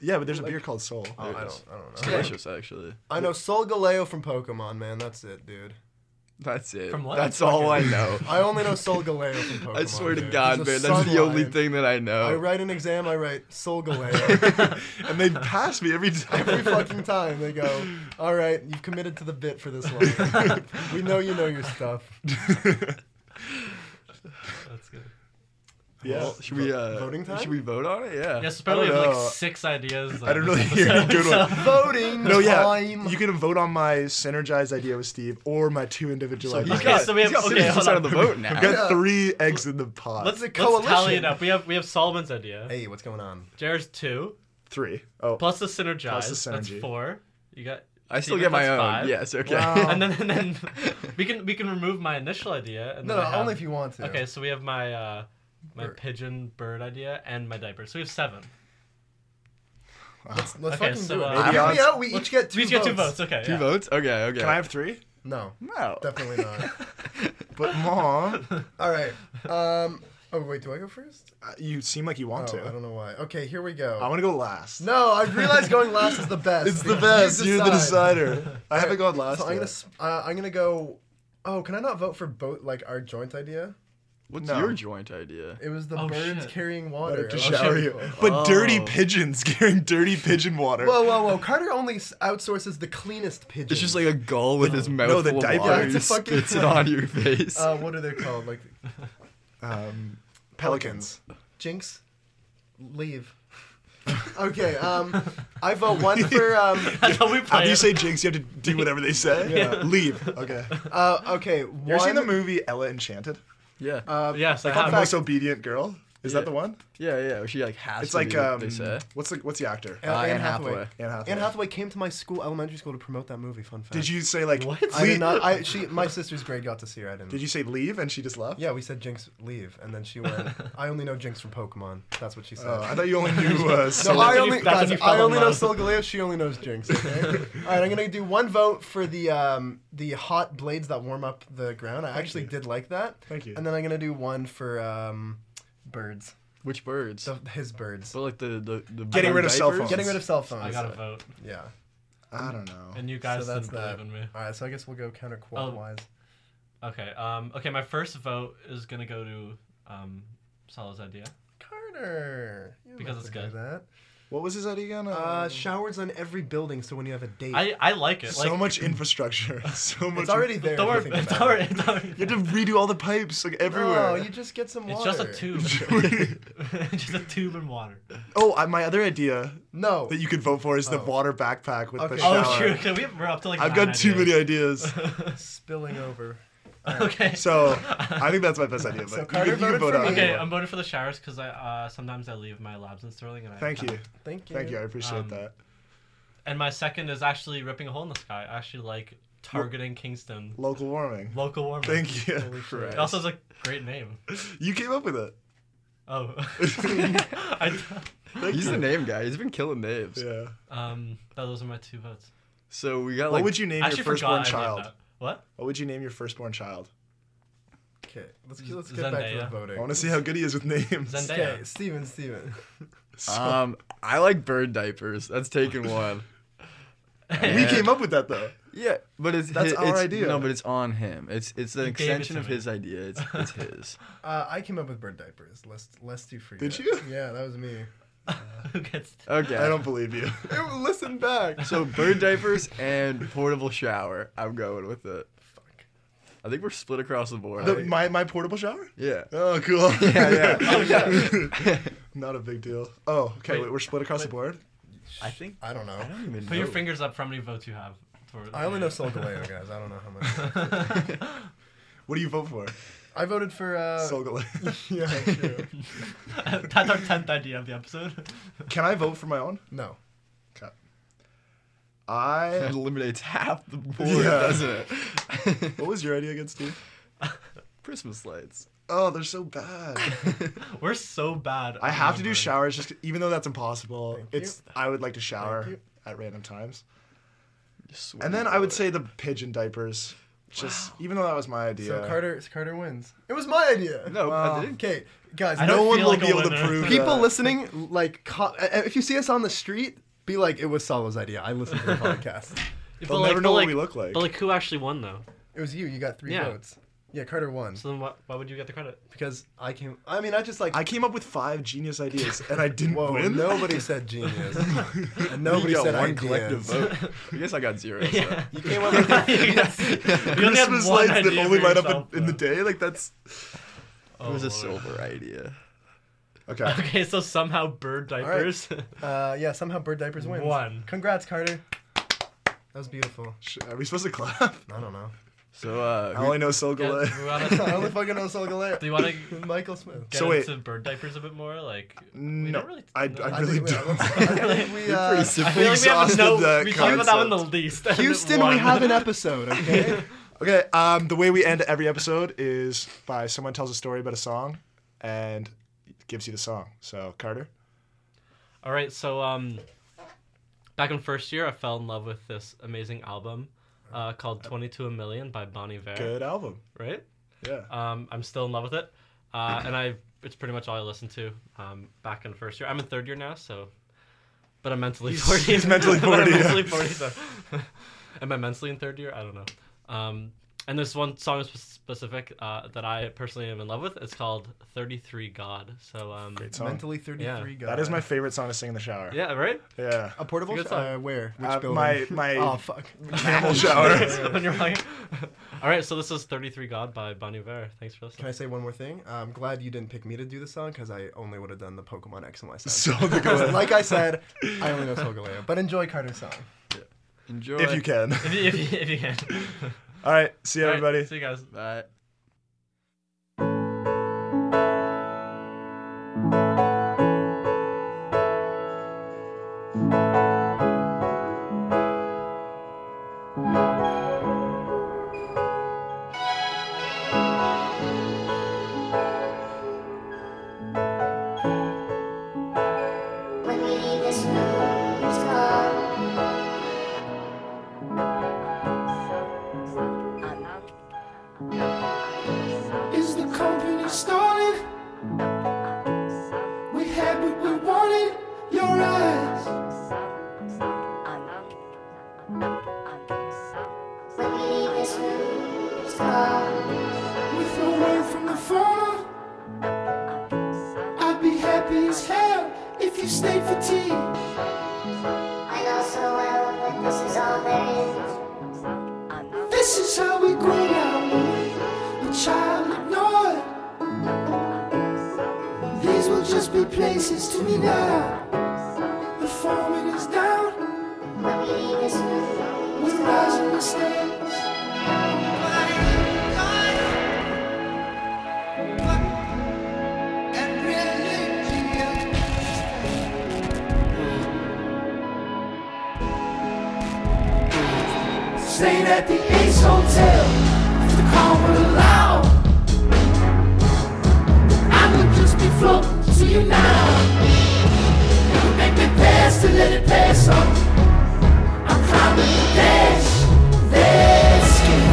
Speaker 3: Yeah, but there's a beer called Soul.
Speaker 2: Oh, I
Speaker 1: it
Speaker 2: don't,
Speaker 1: is.
Speaker 2: I don't know.
Speaker 1: It's delicious, actually.
Speaker 2: I know Sol Galeo from Pokemon, man. That's it, dude.
Speaker 1: That's it.
Speaker 4: From what?
Speaker 1: That's all I know.
Speaker 2: I only know Sol Galeo from Pokemon.
Speaker 1: I swear to
Speaker 2: Oh, dude.
Speaker 1: God,
Speaker 2: He's a
Speaker 1: man, that's
Speaker 2: sun
Speaker 1: the only
Speaker 2: lion.
Speaker 1: thing that I know.
Speaker 2: I write an exam, I write Sol Galeo.
Speaker 3: and they pass me every time.
Speaker 2: Every fucking time they go, all right, you've committed to the bit for this long. we know you know your stuff.
Speaker 4: That's good.
Speaker 3: yeah.
Speaker 1: Well, should we uh,
Speaker 2: voting time?
Speaker 1: Should we vote on it? Yeah.
Speaker 4: Yes, probably
Speaker 3: don't
Speaker 4: have
Speaker 3: know.
Speaker 4: like six ideas.
Speaker 3: I don't
Speaker 4: on
Speaker 3: really
Speaker 4: this
Speaker 3: hear any
Speaker 4: episode,
Speaker 3: good one.
Speaker 4: so-
Speaker 2: Voting
Speaker 3: No, yeah.
Speaker 2: time.
Speaker 3: You can vote on my synergized idea with Steve or my two individual
Speaker 1: So he's
Speaker 3: ideas.
Speaker 4: Okay,
Speaker 1: got,
Speaker 4: so we have-
Speaker 1: he's got
Speaker 4: okay,
Speaker 1: citizens
Speaker 4: hold
Speaker 1: out
Speaker 4: on.
Speaker 1: of the vote now.
Speaker 3: I've got three eggs in the pot.
Speaker 4: Let's,
Speaker 2: a
Speaker 4: let's tally
Speaker 2: coalition.
Speaker 4: it up. We have we have Solomon's idea.
Speaker 2: Hey, what's going on?
Speaker 4: Jared's two
Speaker 3: three. Oh.
Speaker 4: plus the synergize.
Speaker 3: Plus the
Speaker 4: That's
Speaker 3: synergy.
Speaker 4: four. You got.
Speaker 1: I still
Speaker 4: Steven,
Speaker 1: get my
Speaker 4: that's
Speaker 1: own.
Speaker 4: five.
Speaker 1: Yes. Okay.
Speaker 2: Oh.
Speaker 3: Wow.
Speaker 4: And then and then we can we can remove my initial idea. And
Speaker 2: No, no,
Speaker 4: then I have,
Speaker 2: only if you want to.
Speaker 4: Okay, so we have my uh, my
Speaker 2: Bird.
Speaker 4: pigeon bird idea and my diaper. So we have seven.
Speaker 2: Uh, Let's, let's
Speaker 4: Okay,
Speaker 2: fucking
Speaker 4: so,
Speaker 2: do it.
Speaker 4: uh,
Speaker 2: Maybe
Speaker 3: Maybe
Speaker 2: out, we each get two
Speaker 4: we each
Speaker 2: votes.
Speaker 4: get two votes. Okay.
Speaker 1: Two
Speaker 4: yeah.
Speaker 1: votes. Okay. Okay.
Speaker 3: Can I have three?
Speaker 2: No,
Speaker 1: No.
Speaker 2: definitely not.
Speaker 3: But mom,
Speaker 2: All right. Um. Oh wait, do I go first?
Speaker 3: uh, you seem like you
Speaker 2: Oh,
Speaker 3: want
Speaker 2: I
Speaker 3: to.
Speaker 2: don't know why. Okay, here we go.
Speaker 3: I want to go last.
Speaker 2: No, I realized going last is the best.
Speaker 3: It's the
Speaker 2: because
Speaker 3: best.
Speaker 2: you
Speaker 3: You're the
Speaker 2: decide.
Speaker 3: decider. I haven't gone last.
Speaker 2: So I'm
Speaker 3: yet.
Speaker 2: gonna. s- Uh, I'm gonna go. Oh, can I not vote for both? Like our joint idea.
Speaker 1: What's
Speaker 3: No.
Speaker 1: your joint idea?
Speaker 2: It was the
Speaker 4: Oh,
Speaker 2: birds
Speaker 4: shit.
Speaker 2: carrying water.
Speaker 3: Water to
Speaker 2: Oh,
Speaker 3: shower
Speaker 2: shit.
Speaker 3: you. But dirty
Speaker 1: Oh.
Speaker 3: pigeons carrying dirty pigeon water.
Speaker 2: Whoa, whoa, whoa! Carter only s- outsources the cleanest pigeons.
Speaker 1: It's just like a gull with his mouth
Speaker 3: no, the
Speaker 1: full of
Speaker 3: diaper-
Speaker 1: water.
Speaker 2: It's
Speaker 1: and
Speaker 2: a
Speaker 1: He
Speaker 2: fucking-
Speaker 1: spits it on your face.
Speaker 2: uh, what are they called? Like
Speaker 3: um, pelicans.
Speaker 2: Jinx, leave. okay, um, I vote one for um,
Speaker 4: That's how we play.
Speaker 3: After you
Speaker 4: it.
Speaker 3: say jinx, you have to do whatever they say.
Speaker 2: Yeah.
Speaker 3: Leave. Okay. You
Speaker 2: uh, okay. One,
Speaker 3: ever seen the movie Ella Enchanted?
Speaker 1: yeah,
Speaker 2: Uh,
Speaker 4: yes, I
Speaker 3: The
Speaker 4: have.
Speaker 3: most obedient girl. Is
Speaker 1: Yeah.
Speaker 3: that the one?
Speaker 1: yeah, yeah. where She like has
Speaker 3: It's
Speaker 1: to
Speaker 3: like
Speaker 1: do what
Speaker 3: um,
Speaker 1: they say.
Speaker 3: what's the what's the actor?
Speaker 2: Anne,
Speaker 1: Uh, Anne
Speaker 2: Hathaway.
Speaker 1: Hathaway.
Speaker 3: Anne Hathaway.
Speaker 2: Anne Hathaway came to my school, elementary school, to promote that movie. Fun fact.
Speaker 3: Did you say like
Speaker 4: What?
Speaker 2: I
Speaker 3: "Leave"?
Speaker 2: did not. I she my sister's grade got to see her. I didn't.
Speaker 3: Did you say leave and she just left?
Speaker 2: Yeah, we said Jinx leave, and then she went. I only know Jinx from Pokemon. That's
Speaker 4: Uh,
Speaker 2: what she said.
Speaker 3: Oh, I thought you only knew. Uh, Sol-
Speaker 2: No,
Speaker 4: that's
Speaker 2: I
Speaker 4: when
Speaker 2: only,
Speaker 4: you- that's when
Speaker 2: guys,
Speaker 4: you fell
Speaker 2: I
Speaker 4: in
Speaker 2: only know
Speaker 4: love.
Speaker 2: Solgaleo. She only knows Jinx. Okay. All right, I'm gonna do one vote for the um, the hot blades that warm up the ground. I actually did like that.
Speaker 3: Thank you.
Speaker 2: And then I'm gonna do one for um, birds.
Speaker 1: Which birds?
Speaker 2: The, his birds.
Speaker 1: but like the the, the
Speaker 3: Getting rid of cell
Speaker 1: diapers?
Speaker 3: phones.
Speaker 2: Getting rid of cell phones.
Speaker 4: I gotta vote,
Speaker 2: Yeah.
Speaker 3: I don't know.
Speaker 4: and you guys
Speaker 2: so that's
Speaker 4: didn't believe
Speaker 2: that.
Speaker 4: in me.
Speaker 2: All right, so I guess we'll go counter quad wise.
Speaker 4: Oh. Okay. Um. Okay. My first vote is gonna go to um, Sala's idea.
Speaker 2: Carter. you
Speaker 4: Because
Speaker 2: must
Speaker 4: it's
Speaker 2: have
Speaker 4: good.
Speaker 2: That.
Speaker 3: What was his idea again? Um,
Speaker 2: Uh, showers on every building, so when you have a date,
Speaker 4: I I like it. Like,
Speaker 3: so much infrastructure. So much.
Speaker 2: it's already there.
Speaker 4: Don't
Speaker 2: if you
Speaker 4: worry.
Speaker 2: think about
Speaker 4: Don't
Speaker 2: it.
Speaker 4: worry. Don't worry.
Speaker 3: You have to redo all the pipes like
Speaker 2: No,
Speaker 3: everywhere.
Speaker 2: you just get some
Speaker 4: Oh, It's
Speaker 2: water.
Speaker 4: just a tube. just a tube and water.
Speaker 3: oh, I, my other idea
Speaker 2: No.
Speaker 3: that you could vote for is the
Speaker 2: Oh.
Speaker 3: water backpack with
Speaker 2: Okay.
Speaker 3: the
Speaker 2: Oh,
Speaker 3: shower.
Speaker 4: Oh shoot! Okay, we have, we're up to like.
Speaker 3: I've
Speaker 4: nine
Speaker 3: got too many
Speaker 4: ideas.
Speaker 3: ideas.
Speaker 2: spilling over.
Speaker 4: okay.
Speaker 3: So I think that's my best idea. But
Speaker 2: So
Speaker 3: you
Speaker 2: Carter
Speaker 3: can, you can
Speaker 2: voted
Speaker 3: vote
Speaker 2: for
Speaker 3: out.
Speaker 2: me.
Speaker 4: Okay, um,
Speaker 3: anyone.
Speaker 4: I'm voting for the showers because I uh, sometimes I leave my labs in Sterling and I.
Speaker 3: Thank you.
Speaker 2: Thank you.
Speaker 3: Thank you. I appreciate
Speaker 4: Um,
Speaker 3: that.
Speaker 4: And my second is actually ripping a hole in the sky. I actually like targeting Kingston.
Speaker 3: Local warming.
Speaker 4: Local warming.
Speaker 3: Thank you.
Speaker 2: Holy shit.
Speaker 4: It also is a great name.
Speaker 3: You came up with it.
Speaker 4: Oh. I,
Speaker 3: Thank
Speaker 1: He's
Speaker 3: you.
Speaker 1: the name guy. He's been killing names.
Speaker 3: Yeah.
Speaker 4: um, those are my two votes.
Speaker 1: So we got
Speaker 3: What
Speaker 1: like
Speaker 3: would you name
Speaker 4: I
Speaker 3: your
Speaker 4: actually forgot I
Speaker 3: firstborn
Speaker 4: named
Speaker 3: child?
Speaker 4: that. What?
Speaker 3: What would you name your firstborn child?
Speaker 2: Okay, let's get, let's get back to the
Speaker 4: Zendaya.
Speaker 2: voting.
Speaker 3: I want to see how good he is with names.
Speaker 4: Zendaya.
Speaker 2: Okay, Steven, Steven.
Speaker 3: So-
Speaker 1: Um, I like bird diapers. That's taken one.
Speaker 3: we came up with that though.
Speaker 1: Yeah, but it's
Speaker 3: That's
Speaker 1: hi-
Speaker 3: our
Speaker 1: it's-
Speaker 3: idea.
Speaker 1: No, but it's on him. It's it's an
Speaker 4: You gave it
Speaker 1: extension
Speaker 4: to
Speaker 1: of
Speaker 4: me.
Speaker 1: his idea. It's it's his.
Speaker 2: Uh, I came up with bird diapers. Lest lest you forget.
Speaker 3: Did you?
Speaker 2: Yeah, that was me.
Speaker 4: Who gets th-
Speaker 1: Okay.
Speaker 3: I don't believe you.
Speaker 2: Ew, Listen back.
Speaker 1: So bird diapers and portable shower. I'm going with it.
Speaker 2: Fuck.
Speaker 1: I think we're split across the board.
Speaker 3: The- my my portable shower?
Speaker 1: yeah.
Speaker 3: Oh, cool.
Speaker 1: Yeah, yeah.
Speaker 3: Not a big deal. Oh, okay.
Speaker 4: Oh, Wait,
Speaker 3: Wait, we're split across the
Speaker 4: wait.
Speaker 3: board.
Speaker 1: I think
Speaker 2: I don't know.
Speaker 1: I don't even
Speaker 4: Put
Speaker 1: know.
Speaker 4: your fingers up for how many votes you have. For
Speaker 2: I only know Sol Galeo, guys. I don't know how much.
Speaker 3: What do you vote for?
Speaker 2: I voted for. Uh,
Speaker 3: Solgaleo.
Speaker 2: yeah, true.
Speaker 4: That's our tenth idea of the episode.
Speaker 3: Can I vote for my own?
Speaker 2: No.
Speaker 3: Okay. I.
Speaker 1: That eliminates half the board,
Speaker 3: Yeah.
Speaker 1: doesn't it?
Speaker 3: What was your idea again, Steve?
Speaker 1: Christmas lights.
Speaker 3: Oh, they're so bad.
Speaker 4: We're so bad.
Speaker 3: I
Speaker 4: at
Speaker 3: have to do
Speaker 4: numbers.
Speaker 3: showers just even though that's impossible.
Speaker 2: Thank you.
Speaker 3: It's I would like to shower
Speaker 2: you.
Speaker 3: at random times.
Speaker 1: Just
Speaker 3: And
Speaker 1: swear
Speaker 3: then
Speaker 1: to
Speaker 3: I would
Speaker 1: God.
Speaker 3: say the pigeon diapers. Just even though that was my idea.
Speaker 2: So Carter, Carter wins. It was my idea.
Speaker 1: No, I didn't.
Speaker 2: Okay, guys.
Speaker 4: I
Speaker 3: no
Speaker 4: don't
Speaker 3: one
Speaker 4: feel
Speaker 3: will
Speaker 4: like
Speaker 3: be
Speaker 4: a
Speaker 3: able to
Speaker 4: winner.
Speaker 3: prove
Speaker 2: people
Speaker 3: that.
Speaker 2: listening, like, co- uh, if you see us on the street, be like, it was Salo's idea. I listened to the podcast.
Speaker 4: But
Speaker 3: They'll
Speaker 4: like-
Speaker 3: never
Speaker 4: but
Speaker 3: know what
Speaker 4: like-
Speaker 3: we look like.
Speaker 4: But like, who actually won though?
Speaker 2: It was you. You got three
Speaker 4: Yeah.
Speaker 2: votes. Yeah, Carter won
Speaker 4: So then, why, why would you get the credit?
Speaker 2: because I came. I mean, I just like.
Speaker 3: I came up with five genius ideas and I didn't
Speaker 2: whoa!
Speaker 3: win.
Speaker 2: Nobody said genius. and
Speaker 1: You
Speaker 2: nobody
Speaker 1: got
Speaker 2: said
Speaker 1: one
Speaker 2: ideas.
Speaker 1: collective vote. I guess I got zero. so.
Speaker 4: Yeah.
Speaker 2: You came up with
Speaker 4: You only had
Speaker 3: Christmas
Speaker 4: one
Speaker 3: lights that
Speaker 4: idea
Speaker 3: only
Speaker 4: for
Speaker 3: light
Speaker 4: yourself,
Speaker 3: up in, in the
Speaker 4: though.
Speaker 3: day. Like that's
Speaker 4: Oh,
Speaker 1: It was a
Speaker 4: Lord.
Speaker 1: silver idea.
Speaker 3: okay.
Speaker 4: Okay, so somehow bird diapers.
Speaker 2: uh, yeah, somehow bird diapers wins.
Speaker 4: One.
Speaker 2: Congrats, Carter. That was beautiful.
Speaker 3: Sh- Are we supposed to clap?
Speaker 2: I don't know.
Speaker 1: So uh,
Speaker 3: I only know
Speaker 4: Yeah,
Speaker 3: Solgaleo.
Speaker 4: we wanna-
Speaker 2: I only fucking know Sol
Speaker 4: do you want to
Speaker 2: Michael Smith.
Speaker 4: get
Speaker 3: So wait.
Speaker 4: into bird diapers a bit more? Like, we
Speaker 3: No,
Speaker 4: don't really.
Speaker 3: I,
Speaker 4: know.
Speaker 3: I
Speaker 2: I
Speaker 3: really
Speaker 2: think we-
Speaker 3: don't.
Speaker 2: I think we, uh,
Speaker 3: pretty
Speaker 4: I
Speaker 3: simple.
Speaker 4: feel like we have
Speaker 3: exhausted
Speaker 4: no.
Speaker 3: that
Speaker 4: We talked about that one the
Speaker 3: concept.
Speaker 4: least. and it
Speaker 2: Houston, we
Speaker 4: won.
Speaker 2: have an episode, okay?
Speaker 3: Okay, um, the way we end every episode is by someone tells a story about a song and gives you the song. So, Carter?
Speaker 4: All right, so um, back in first year, I fell in love with this amazing album uh, called Twenty Two a Million by Bon Iver.
Speaker 3: Good album.
Speaker 4: Right.
Speaker 3: Yeah.
Speaker 4: Um, I'm still in love with it, uh, and I it's pretty much all I listened to um, back in first year. I'm in third year now, so but I'm mentally
Speaker 3: He's-
Speaker 4: forty.
Speaker 3: he's mentally
Speaker 4: But I'm
Speaker 3: 40, yeah.
Speaker 4: mentally forty. So. Am I mentally in third year? I don't know. Um, and this one song is specific uh, that I personally am in love with. It's called 33 God. So, um,
Speaker 3: Great song.
Speaker 2: Mentally 33
Speaker 4: Yeah.
Speaker 2: God.
Speaker 3: That is my favorite song to sing in the shower.
Speaker 4: yeah, right?
Speaker 3: Yeah.
Speaker 2: A portable
Speaker 4: Good
Speaker 2: sh-
Speaker 4: song.
Speaker 2: uh, where? Which
Speaker 3: Uh,
Speaker 2: building?
Speaker 3: my- my-
Speaker 2: oh fuck.
Speaker 3: Camel shower.
Speaker 4: When you're like- All right, so this is 33 God by Bon Iver. Thanks for
Speaker 2: Can
Speaker 4: listening.
Speaker 2: I say one more thing? I'm glad you didn't pick me to do the song because I only would have done the Pokemon X and Y
Speaker 3: So
Speaker 2: sound.
Speaker 3: the
Speaker 2: Because
Speaker 3: good-
Speaker 2: like I said, I only know Solgaleo. But enjoy Carter's song.
Speaker 1: Enjoy.
Speaker 3: if you can.
Speaker 4: If you, if you, if you can.
Speaker 3: All right. See you,
Speaker 4: All right,
Speaker 3: everybody.
Speaker 4: see you guys.
Speaker 1: Bye.
Speaker 5: When we leave this room, it's gone. Is the company started? We had what we wanted. Your eyes. When we leave this room, it's gone. We throw away from the former. I'd be happy as hell if you stayed for tea. I know so well that this is all there is. This is how we grow now, a child ignored. These will just be places to me now. The foreman is down. We're rising the stairs. Stayed at the Ace Hotel, if the car would allow. I would just be floating to you now. You would make me pass to let it pass on. I'm climbing the dash, their skin.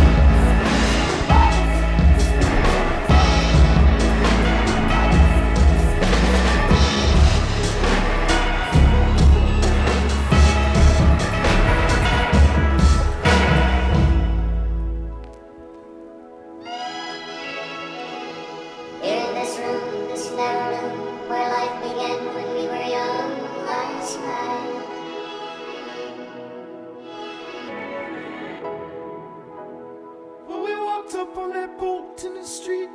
Speaker 5: Here in this room, this never room, where life began when we were young, lies mine. When we walked up on that boat in the street,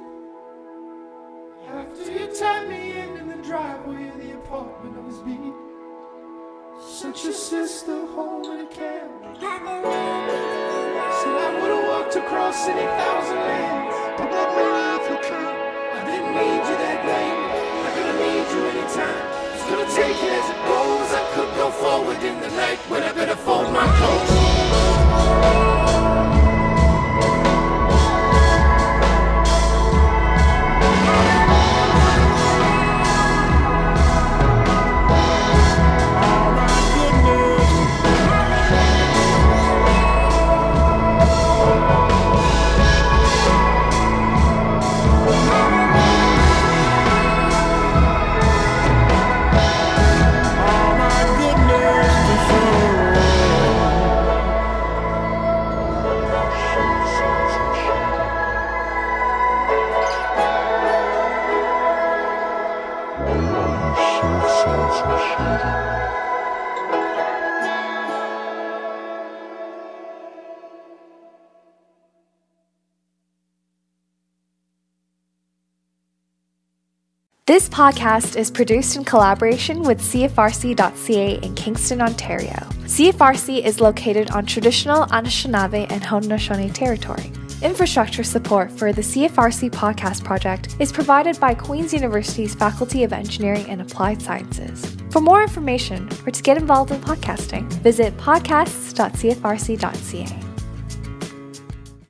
Speaker 5: after you tied me in in the driveway of the apartment I was beat. Sent your sister home in a cab. Said I would've walked across any thousand lands. But that made you count. I didn't need you that late. I could have need you anytime. Just gonna take it as it goes. I could go forward in the night, but I better fold my coat.
Speaker 6: This podcast is produced in collaboration with CFRC.ca in Kingston, Ontario. CFRC is located on traditional Anishinaabe and Haudenosaunee territory. Infrastructure support for the CFRC podcast project is provided by Queen's University's Faculty of Engineering and Applied Sciences. For more information or to get involved in podcasting, visit podcasts.cfrc.ca.